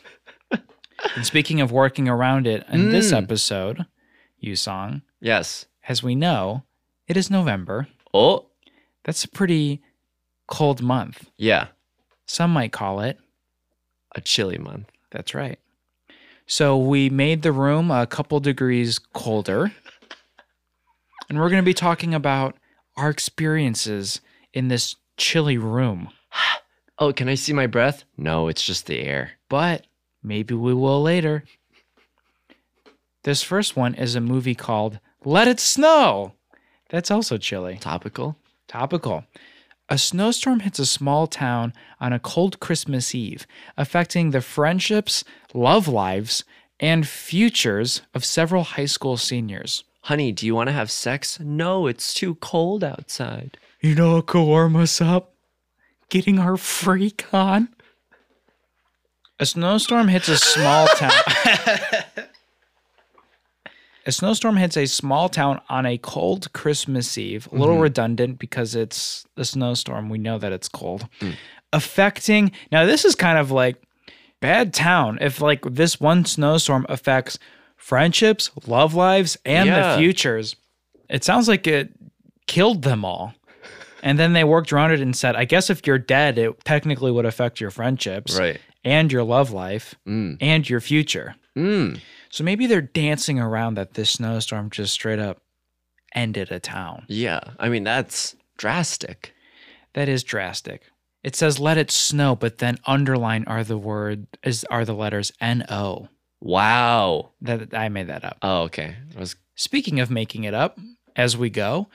and speaking of working around it, in this
Mm.
episode, you song,
Yes.
as we know, it is November.
Oh,
That's a pretty cold month.
yeah.
Some might call it.
A chilly month.
That's right. So we made the room a couple degrees colder. And we're going to be talking about our experiences in this chilly room.
Oh, can I see my breath? No, it's just the air.
But maybe we will later. This first one is a movie called Let It Snow. That's also chilly.
Topical.
Topical. A snowstorm hits a small town on a cold Christmas Eve, affecting the friendships, love lives, and futures of several high school seniors.
Honey, do you want to have sex? No, it's too cold outside.
You know what could warm us up? Getting our freak on. A snowstorm hits a small town. a snowstorm hits a small town on a cold Christmas Eve. A little redundant because it's a snowstorm. We know that it's cold. Affecting. Now, this is kind of like bad town if, like, this one snowstorm affects friendships, love lives, and
Yeah.
the futures. It sounds like it killed them all. And then they worked around it and said, I guess if you're dead, it technically would affect your friendships
Right.
and your love life
Mm.
and your future.
Mm.
So maybe they're dancing around that this snowstorm just straight up ended a town.
Yeah. I mean, that's drastic.
That is drastic. It says let it snow, but then underline are the word is are the letters N O.
Wow.
That I made that up.
Oh, okay. I was
Speaking of making it up as we go,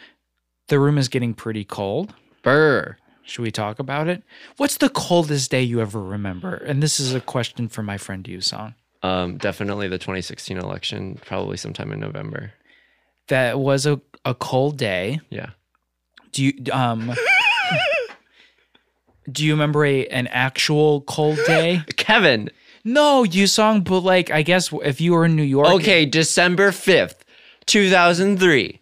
the room is getting pretty cold.
burr.
Should we talk about it? What's the coldest day you ever remember? And this is a question for my friend you song.
Um, definitely the 2016 election, probably sometime in November.
That was a, a cold day.
Yeah.
Do you um Do you remember a, an actual cold day?
Kevin.
No, you song, but like I guess if you were in New York,
Okay, December 5th, 2003.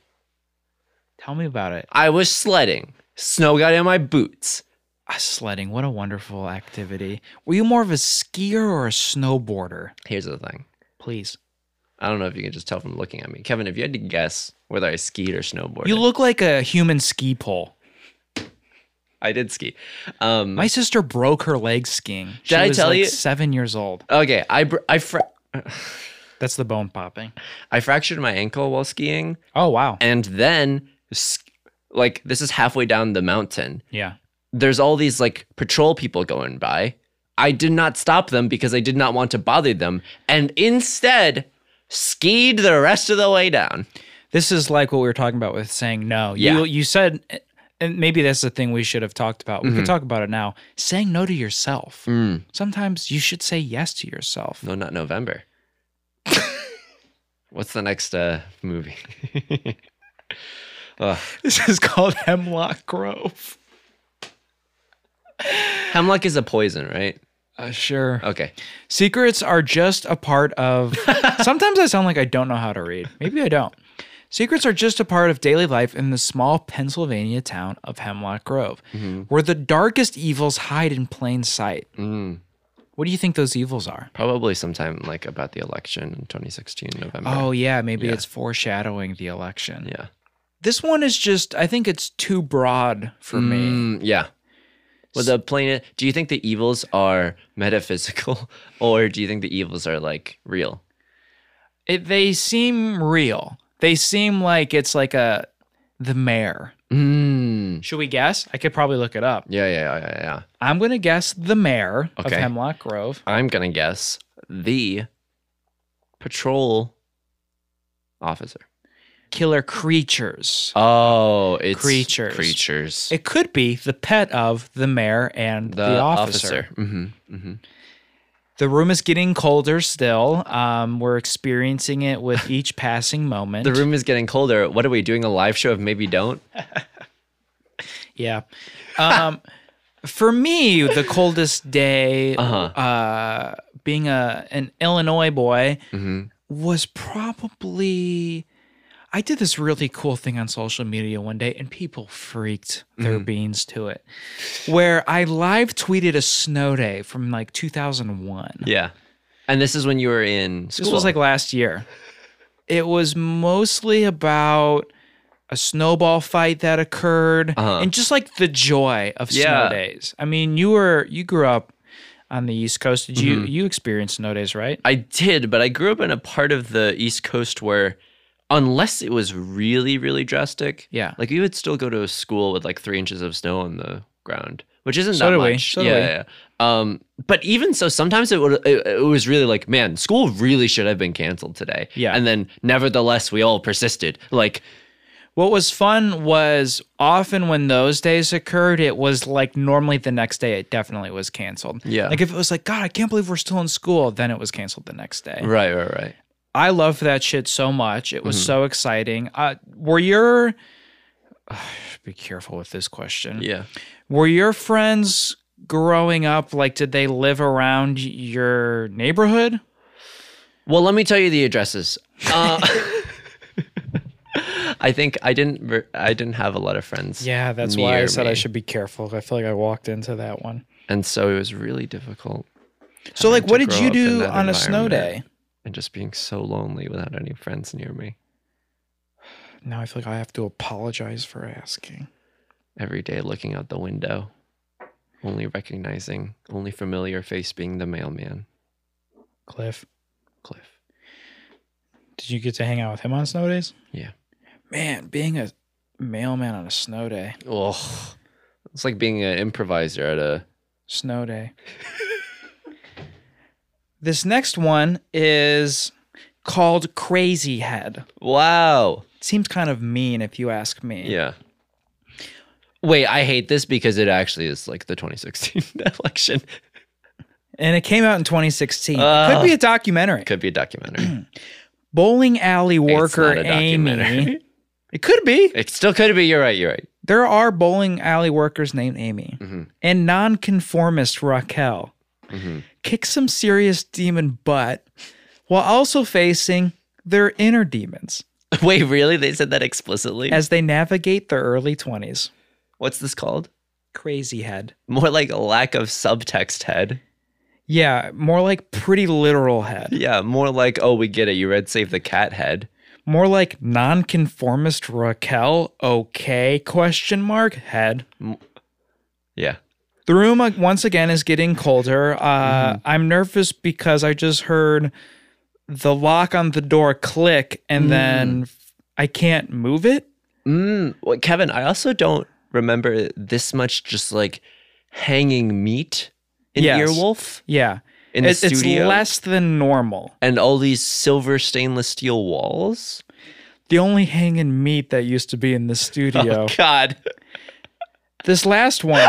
Tell me about it.
I was sledding. Snow got in my boots.
Ah, sledding, what a wonderful activity. Were you more of a skier or a snowboarder?
Here's the thing.
Please.
I don't know if you can just tell from looking at me. Kevin, if you had to guess whether I skied or snowboarded,
You look like a human ski pole.
I did ski. Um,
My sister broke her leg skiing. She
Did I
was
tell
like
you-
Seven years old.
okay, I br- I fra-
That's the bone popping.
I fractured my ankle while skiing,
Oh wow.
and then sk- like this is halfway down the mountain.
Yeah.
There's all these like patrol people going by. I did not stop them because I did not want to bother them, and instead skied the rest of the way down.
This is like what we were talking about with saying no.
Yeah.
You you said and maybe that's the thing we should have talked about. We could talk about it now. Saying no to yourself.
Mm.
Sometimes you should say yes to yourself.
No, not November. What's the next uh, movie? Ugh.
This is called Hemlock Grove.
Hemlock is a poison, right?
Uh, sure.
Okay.
Secrets are just a part of. sometimes I sound like I don't know how to read. Maybe I don't. Secrets are just a part of daily life in the small Pennsylvania town of Hemlock Grove,
Mm-hmm.
where the darkest evils hide in plain sight.
Mm.
What do you think those evils are?
Probably sometime like about the election in 2016, November.
Oh, yeah, maybe
Yeah.
it's foreshadowing the election.
yeah.
This one is just, I think it's too broad for me.
Mm, yeah. Well, the plain. Do you think the evils are metaphysical, or do you think the evils are like real?
It, they seem real. They seem like it's like a the mayor.
Mm.
Should we guess? I could probably look it up.
Yeah, yeah, yeah, yeah, yeah.
I'm gonna guess the mayor of
Okay.
Hemlock Grove.
I'm gonna guess the patrol officer.
killer creatures.
Oh, it's
Creatures.
Creatures.
It could be the pet of the mayor and the, officer.
Mm-hmm. Mm-hmm.
The room is getting colder still. Um, we're experiencing it with each passing moment.
The room is getting colder. What are we doing? A live show of maybe don't?
Yeah. Um, for me, the coldest day,
Uh-huh.
uh
Oh.
being a an Illinois boy, was probably. I did this really cool thing on social media one day, and people freaked their beans to it. Where I live tweeted a snow day from like 2001.
Yeah. And this is when you were in school.
This was like last year. It was mostly about a snowball fight that occurred
Uh-huh.
and just like the joy of
Yeah.
snow days. I mean, you were you grew up on the East Coast. Did
Mm-hmm.
you you experienced snow days, right?
I did, but I grew up in a part of the East Coast where, unless it was really, really drastic,
Yeah.
like we would still go to a school with like three inches of snow on the ground, which isn't
So
that
do we.
much.
So do
yeah,
we.
yeah. yeah. Um, but even so, sometimes it would. It, it was really like, man, school really should have been canceled today.
Yeah.
And then, nevertheless, we all persisted. Like,
What was fun was often when those days occurred, it was like normally the next day it definitely was canceled.
Yeah.
Like if it was like, God, I can't believe we're still in school, then it was canceled the next day.
right, right, right.
I love that shit so much. It was
Mm-hmm.
so exciting. Uh, were your be careful with this question?
Yeah.
Were your friends growing up like did they live around your neighborhood?
Well, let me tell you the addresses. Uh, I think I didn't. re- I didn't have a lot of friends.
Yeah, that's why I
near
said I
me.
should be careful. I feel like I walked into that one.
and so it was really difficult.
So
having
like what
to
did
grow
you
up in
do
that
on a snow day?
environment and just being so lonely without any friends near me.
Now I feel like I have to apologize for asking.
Every day looking out the window, only recognizing, only familiar face being the mailman,
Cliff,
Cliff.
did you get to hang out with him on snow days?
Yeah.
Man, being a mailman on a snow day.
Oh, it's like being an improviser at a.
Snow day. this next one is called Crazy Head.
Wow.
Seems kind of mean if you ask me.
Yeah. Wait, I hate this because it actually is like the 2016 election.
And it came out in 2016. it
Ugh.
could be a documentary.
Uh, Could be a documentary.
Bowling alley
It's
worker
not a
Amy.
documentary.
It could be.
It still could be. You're right. You're right.
There are bowling alley workers named Amy
Mhm.
and nonconformist Raquel
Mhm.
kick some serious demon butt while also facing their inner demons
Wait, really? They said that explicitly?
as they navigate their early 20s.
What's this called?
crazy head.
More like a lack of subtext head.
Yeah, more like pretty literal head.
Yeah, more like, oh, we get it. You read Save the Cat Head.
More like nonconformist Raquel, okay, question mark, head.
Yeah.
The room uh, once again is getting colder.
Mm-hmm.
Uh, I'm nervous because I just heard the lock on the door click and then f- I can't move it.
Mm, well, Kevin, I also don't remember this much just like hanging meat in
Yes.
Earwolf
Yeah.
in the
It- it's
studio.
less than normal.
and all these silver stainless steel walls.
The only hanging meat that used to be in the studio.
God.
This last one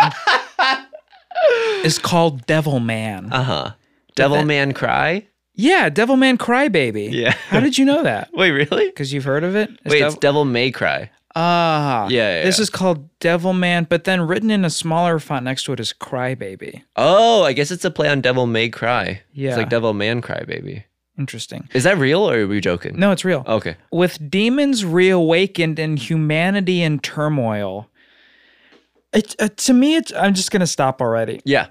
is called Devil Man.
Uh huh. Devil
that-
Man Cry?
Yeah, Devilman Crybaby.
Yeah.
How did you know that?
Wait, really?
Because you've heard of it?
Wait, it's
Dev-
Devil May Cry.
ah.
Yeah, yeah,
This
yeah.
is called Devilman, but then written in a smaller font next to it is Crybaby.
Oh, I guess it's a play on Devil May Cry.
Yeah.
It's like Devil Man Cry, baby.
Interesting.
Is that real or are we joking?
No, it's real.
Okay.
With demons reawakened and humanity in turmoil. It, uh, to me, it's, I'm just going to stop already.
Yeah.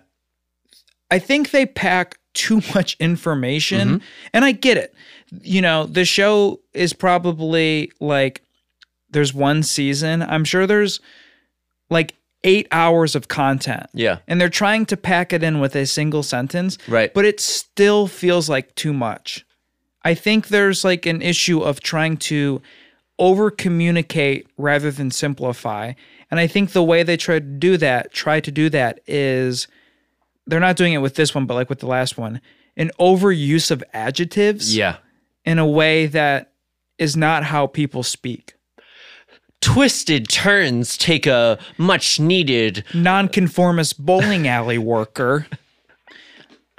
I think they pack too much information, and I get it. You know, the show is probably like there's one season. I'm sure there's like eight hours of content,
Yeah.
and they're trying to pack it in with a single sentence,
Right.
but it still feels like too much. I think there's like an issue of trying to over communicate rather than simplify. And I think the way they try to do that, try to do that is they're not doing it with this one, but like with the last one, an overuse of adjectives
yeah.
in a way that is not how people speak.
Twisted turns take a much needed.
Nonconformist bowling alley worker.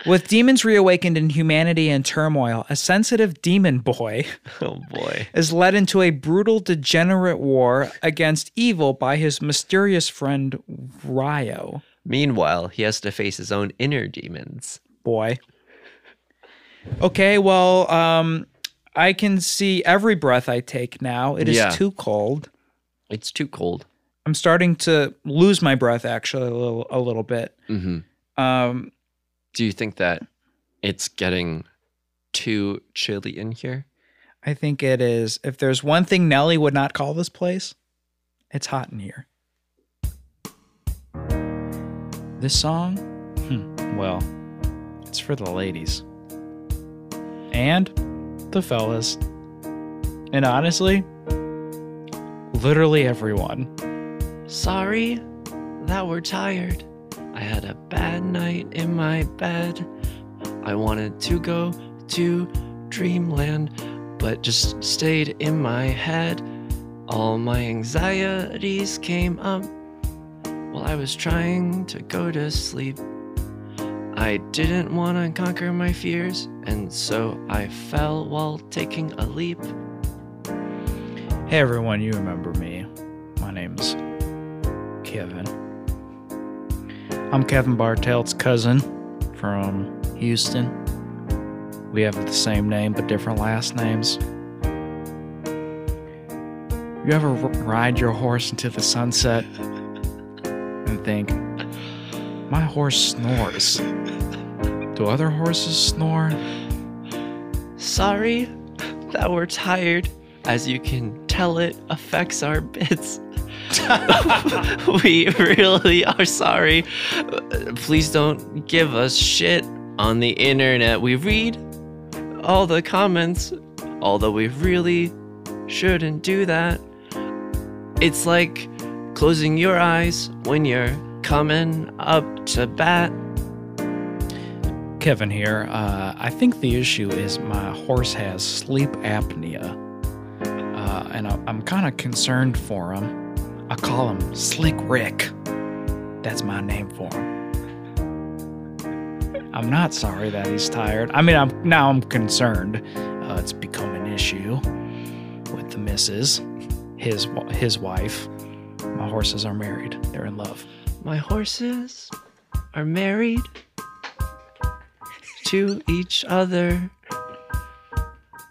With demons reawakened in humanity and turmoil, a sensitive demon boy
Oh boy.
is led into a brutal degenerate war against evil by his mysterious friend Ryo.
Meanwhile, he has to face his own inner demons.
boy. Okay, well, um, I can see every breath I take now. It is
Yeah.
too cold.
It's too cold.
I'm starting to lose my breath actually a little, a little bit.
Mm-hmm.
Um,
Do you think that it's getting too chilly in here?
I think it is. If there's one thing Nelly would not call this place, it's hot in here. This song, hmm, well, it's for the ladies and the fellas, and honestly, literally everyone.
Sorry that we're tired. I had a bad night in my bed. I wanted to go to dreamland, but just stayed in my head. All my anxieties came up while I was trying to go to sleep. I didn't want to conquer my fears, and so I fell while taking a leap.
Hey everyone, you remember me. My name's Kevin. I'm Kevin Bartelt's cousin from Houston. We have the same name but different last names. You ever r- ride your horse into the sunset and think, my horse snores? Do other horses snore?
Sorry that we're tired. As you can tell, it affects our bits. we really are sorry. Please don't give us shit on the internet. We read all the comments, although we really shouldn't do that. It's like closing your eyes when you're coming up to bat.
Kevin here. Uh, I think the issue is my horse has sleep apnea, uh, and I, I'm kind of concerned for him. I call him Slick Rick. That's my name for him. I'm not sorry that he's tired. I mean, I'm now I'm concerned. Uh, it's become an issue with the missus, his wa- his wife. My horses are married. They're in love.
My horses are married to each other.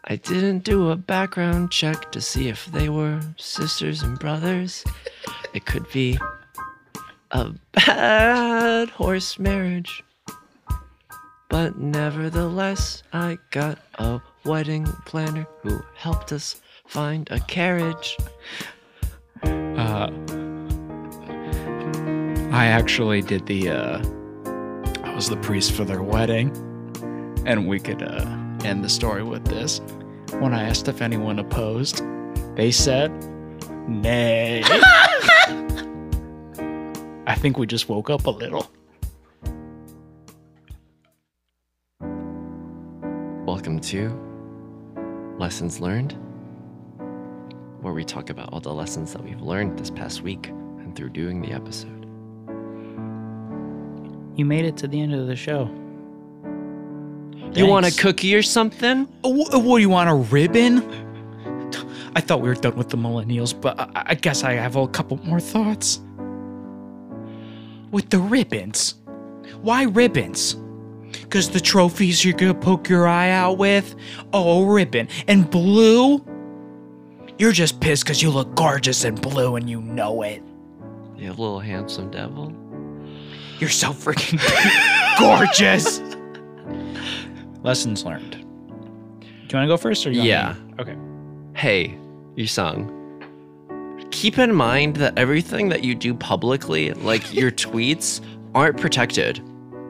I didn't do a background check to see if they were sisters and brothers. It could be a bad horse marriage. But nevertheless, I got a wedding planner who helped us find a carriage.
Uh, I actually did the. Uh, I was the priest for their wedding, and we could uh, end the story with this. When I asked if anyone opposed, they said, "Nay." I think we just woke up a little.
Welcome to Lessons Learned, where we talk about all the lessons that we've learned this past week and through doing the episode.
You made it to the end of the show.
You want a
Thanks.
cookie or something?
What, what do you want a ribbon? I thought we were done with the millennials, but I, I guess I have a couple more thoughts. With the ribbons, why ribbons? Cause the trophies you're gonna poke your eye out with, oh ribbon and blue. You're just pissed cause you look gorgeous in blue and you know it.
You little handsome devil.
You're so freaking gorgeous. Lessons learned. Do you want to go first, or you want me?
Yeah.
Okay.
Hey, you sung. Keep in mind that everything that you do publicly, like your tweets, aren't protected.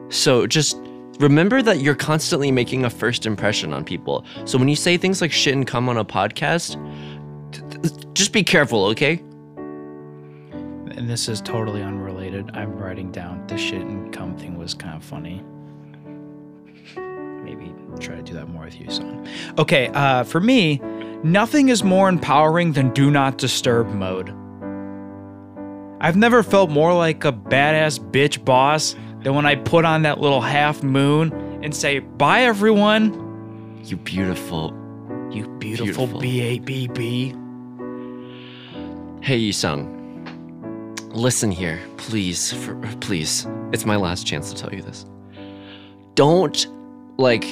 So just remember that you're constantly making a first impression on people. So when you say things like shit and come on a podcast, th- th- just be careful, okay?
And this is totally unrelated. I'm writing down the shit and cum thing was kind of funny. Maybe try to do that more with you, son. Okay, uh, for me, Nothing is more empowering than do not disturb mode. I've never felt more like a badass bitch boss than when I put on that little half moon and say, Bye, everyone.
You beautiful.
You beautiful,
Beautiful.
B-A-B-B.
Hey, Yi Sung. Listen here, please. For, please. It's my last chance to tell you this. Don't, like,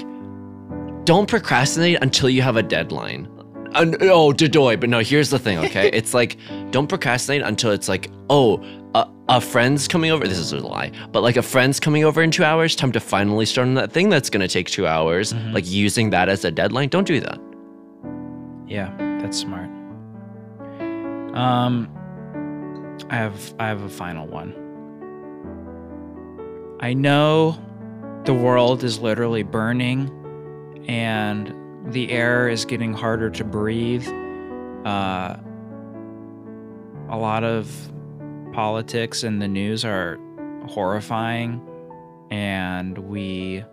don't procrastinate until you have a deadline. And, oh, Dodoy, but no, here's the thing, okay? it's like, don't procrastinate until it's like, oh, a, a friend's coming over. This is a lie, but like a friend's coming over in two hours, time to finally start on that thing that's gonna take two hours. Like, using that as a deadline, don't do that.
Yeah, that's smart. Um I have I have a final one. I know the world is literally burning and the air is getting harder to breathe. Uh a lot of politics and the news are horrifying and we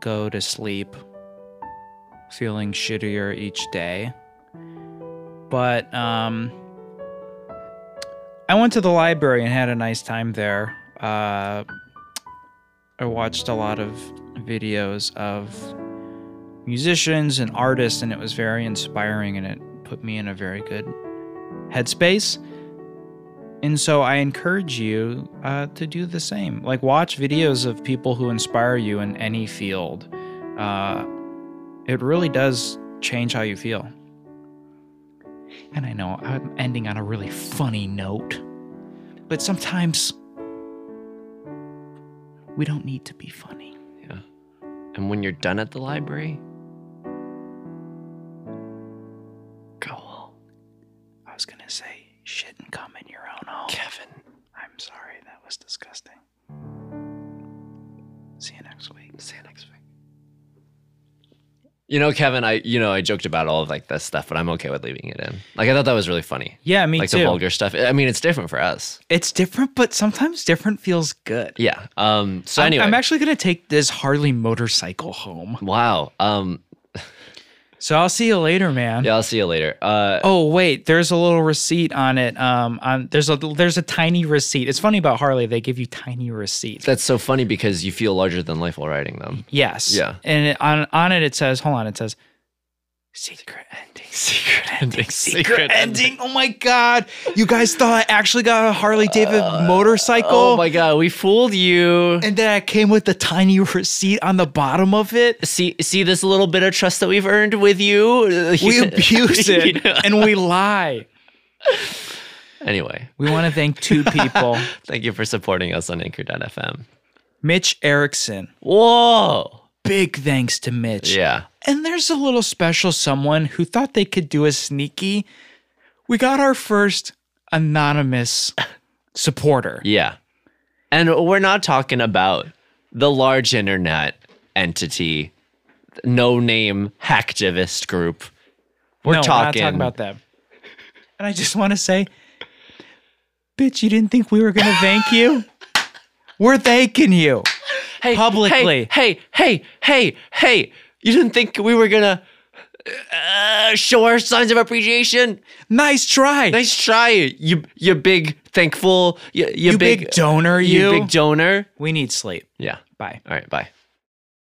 go to sleep feeling shittier each day but um, I went to the library and had a nice time there. Uh, I watched a lot of videos of musicians and artists, and it was very inspiring, and it put me in a very good headspace. And so I encourage you uh, to do the same. Like, watch videos of people who inspire you in any field. Uh, it really does change how you feel. And I know I'm ending on a really funny note, but sometimes we don't need to be funny.
Yeah. And when you're done at the library, go home.
I was gonna say shit and come in your own home.
Kevin.
I'm sorry, that was disgusting. See you next week.
See you next week. You know, Kevin, I you know I joked about all of like this stuff, but I'm okay with leaving it in. Like I thought that was really funny.
Yeah, me
like
too.
the vulgar stuff. I mean, it's different for us.
It's different, but sometimes different feels good.
Yeah. Um. So
I'm-
anyway,
I'm actually gonna take this Harley motorcycle home.
wow. Um.
So I'll see you later, man.
Yeah. I'll see you later. Uh.
Oh wait, there's a little receipt on it. Um, on there's a there's a tiny receipt. It's funny about Harley; they give you tiny receipts.
That's so funny because you feel larger than life while riding them.
Yes.
Yeah.
And it, on on it it says, hold on, it says secret ending.
Secret ending.
Secret, ending. Oh my god. You guys thought I actually got a Harley David motorcycle.
Oh my god, we fooled you.
and then I came with the tiny receipt on the bottom of it.
See, see this little bit of trust that we've earned with you.
We abuse it and we lie.
Anyway,
We want to thank two people.
thank you for supporting us on Anchor.fm.
Mitch Erickson.
Whoa.
Big thanks to Mitch.
Yeah.
And there's a little special someone who thought they could do a sneaky. We got our first anonymous supporter.
Yeah. And we're not talking about the large internet entity, no name hacktivist group. We're
no,
talking.
We're not talking about them. And I just want to say, bitch, you didn't think we were gonna thank you? We're thanking you.
hey,
publicly.
Hey, hey, hey, hey, hey. You didn't think we were going to uh, show our signs of appreciation?
Nice try.
Nice try, you you big thankful, you, you,
you big, donor, you.
you big donor.
we need sleep.
Yeah.
Bye.
All right, bye.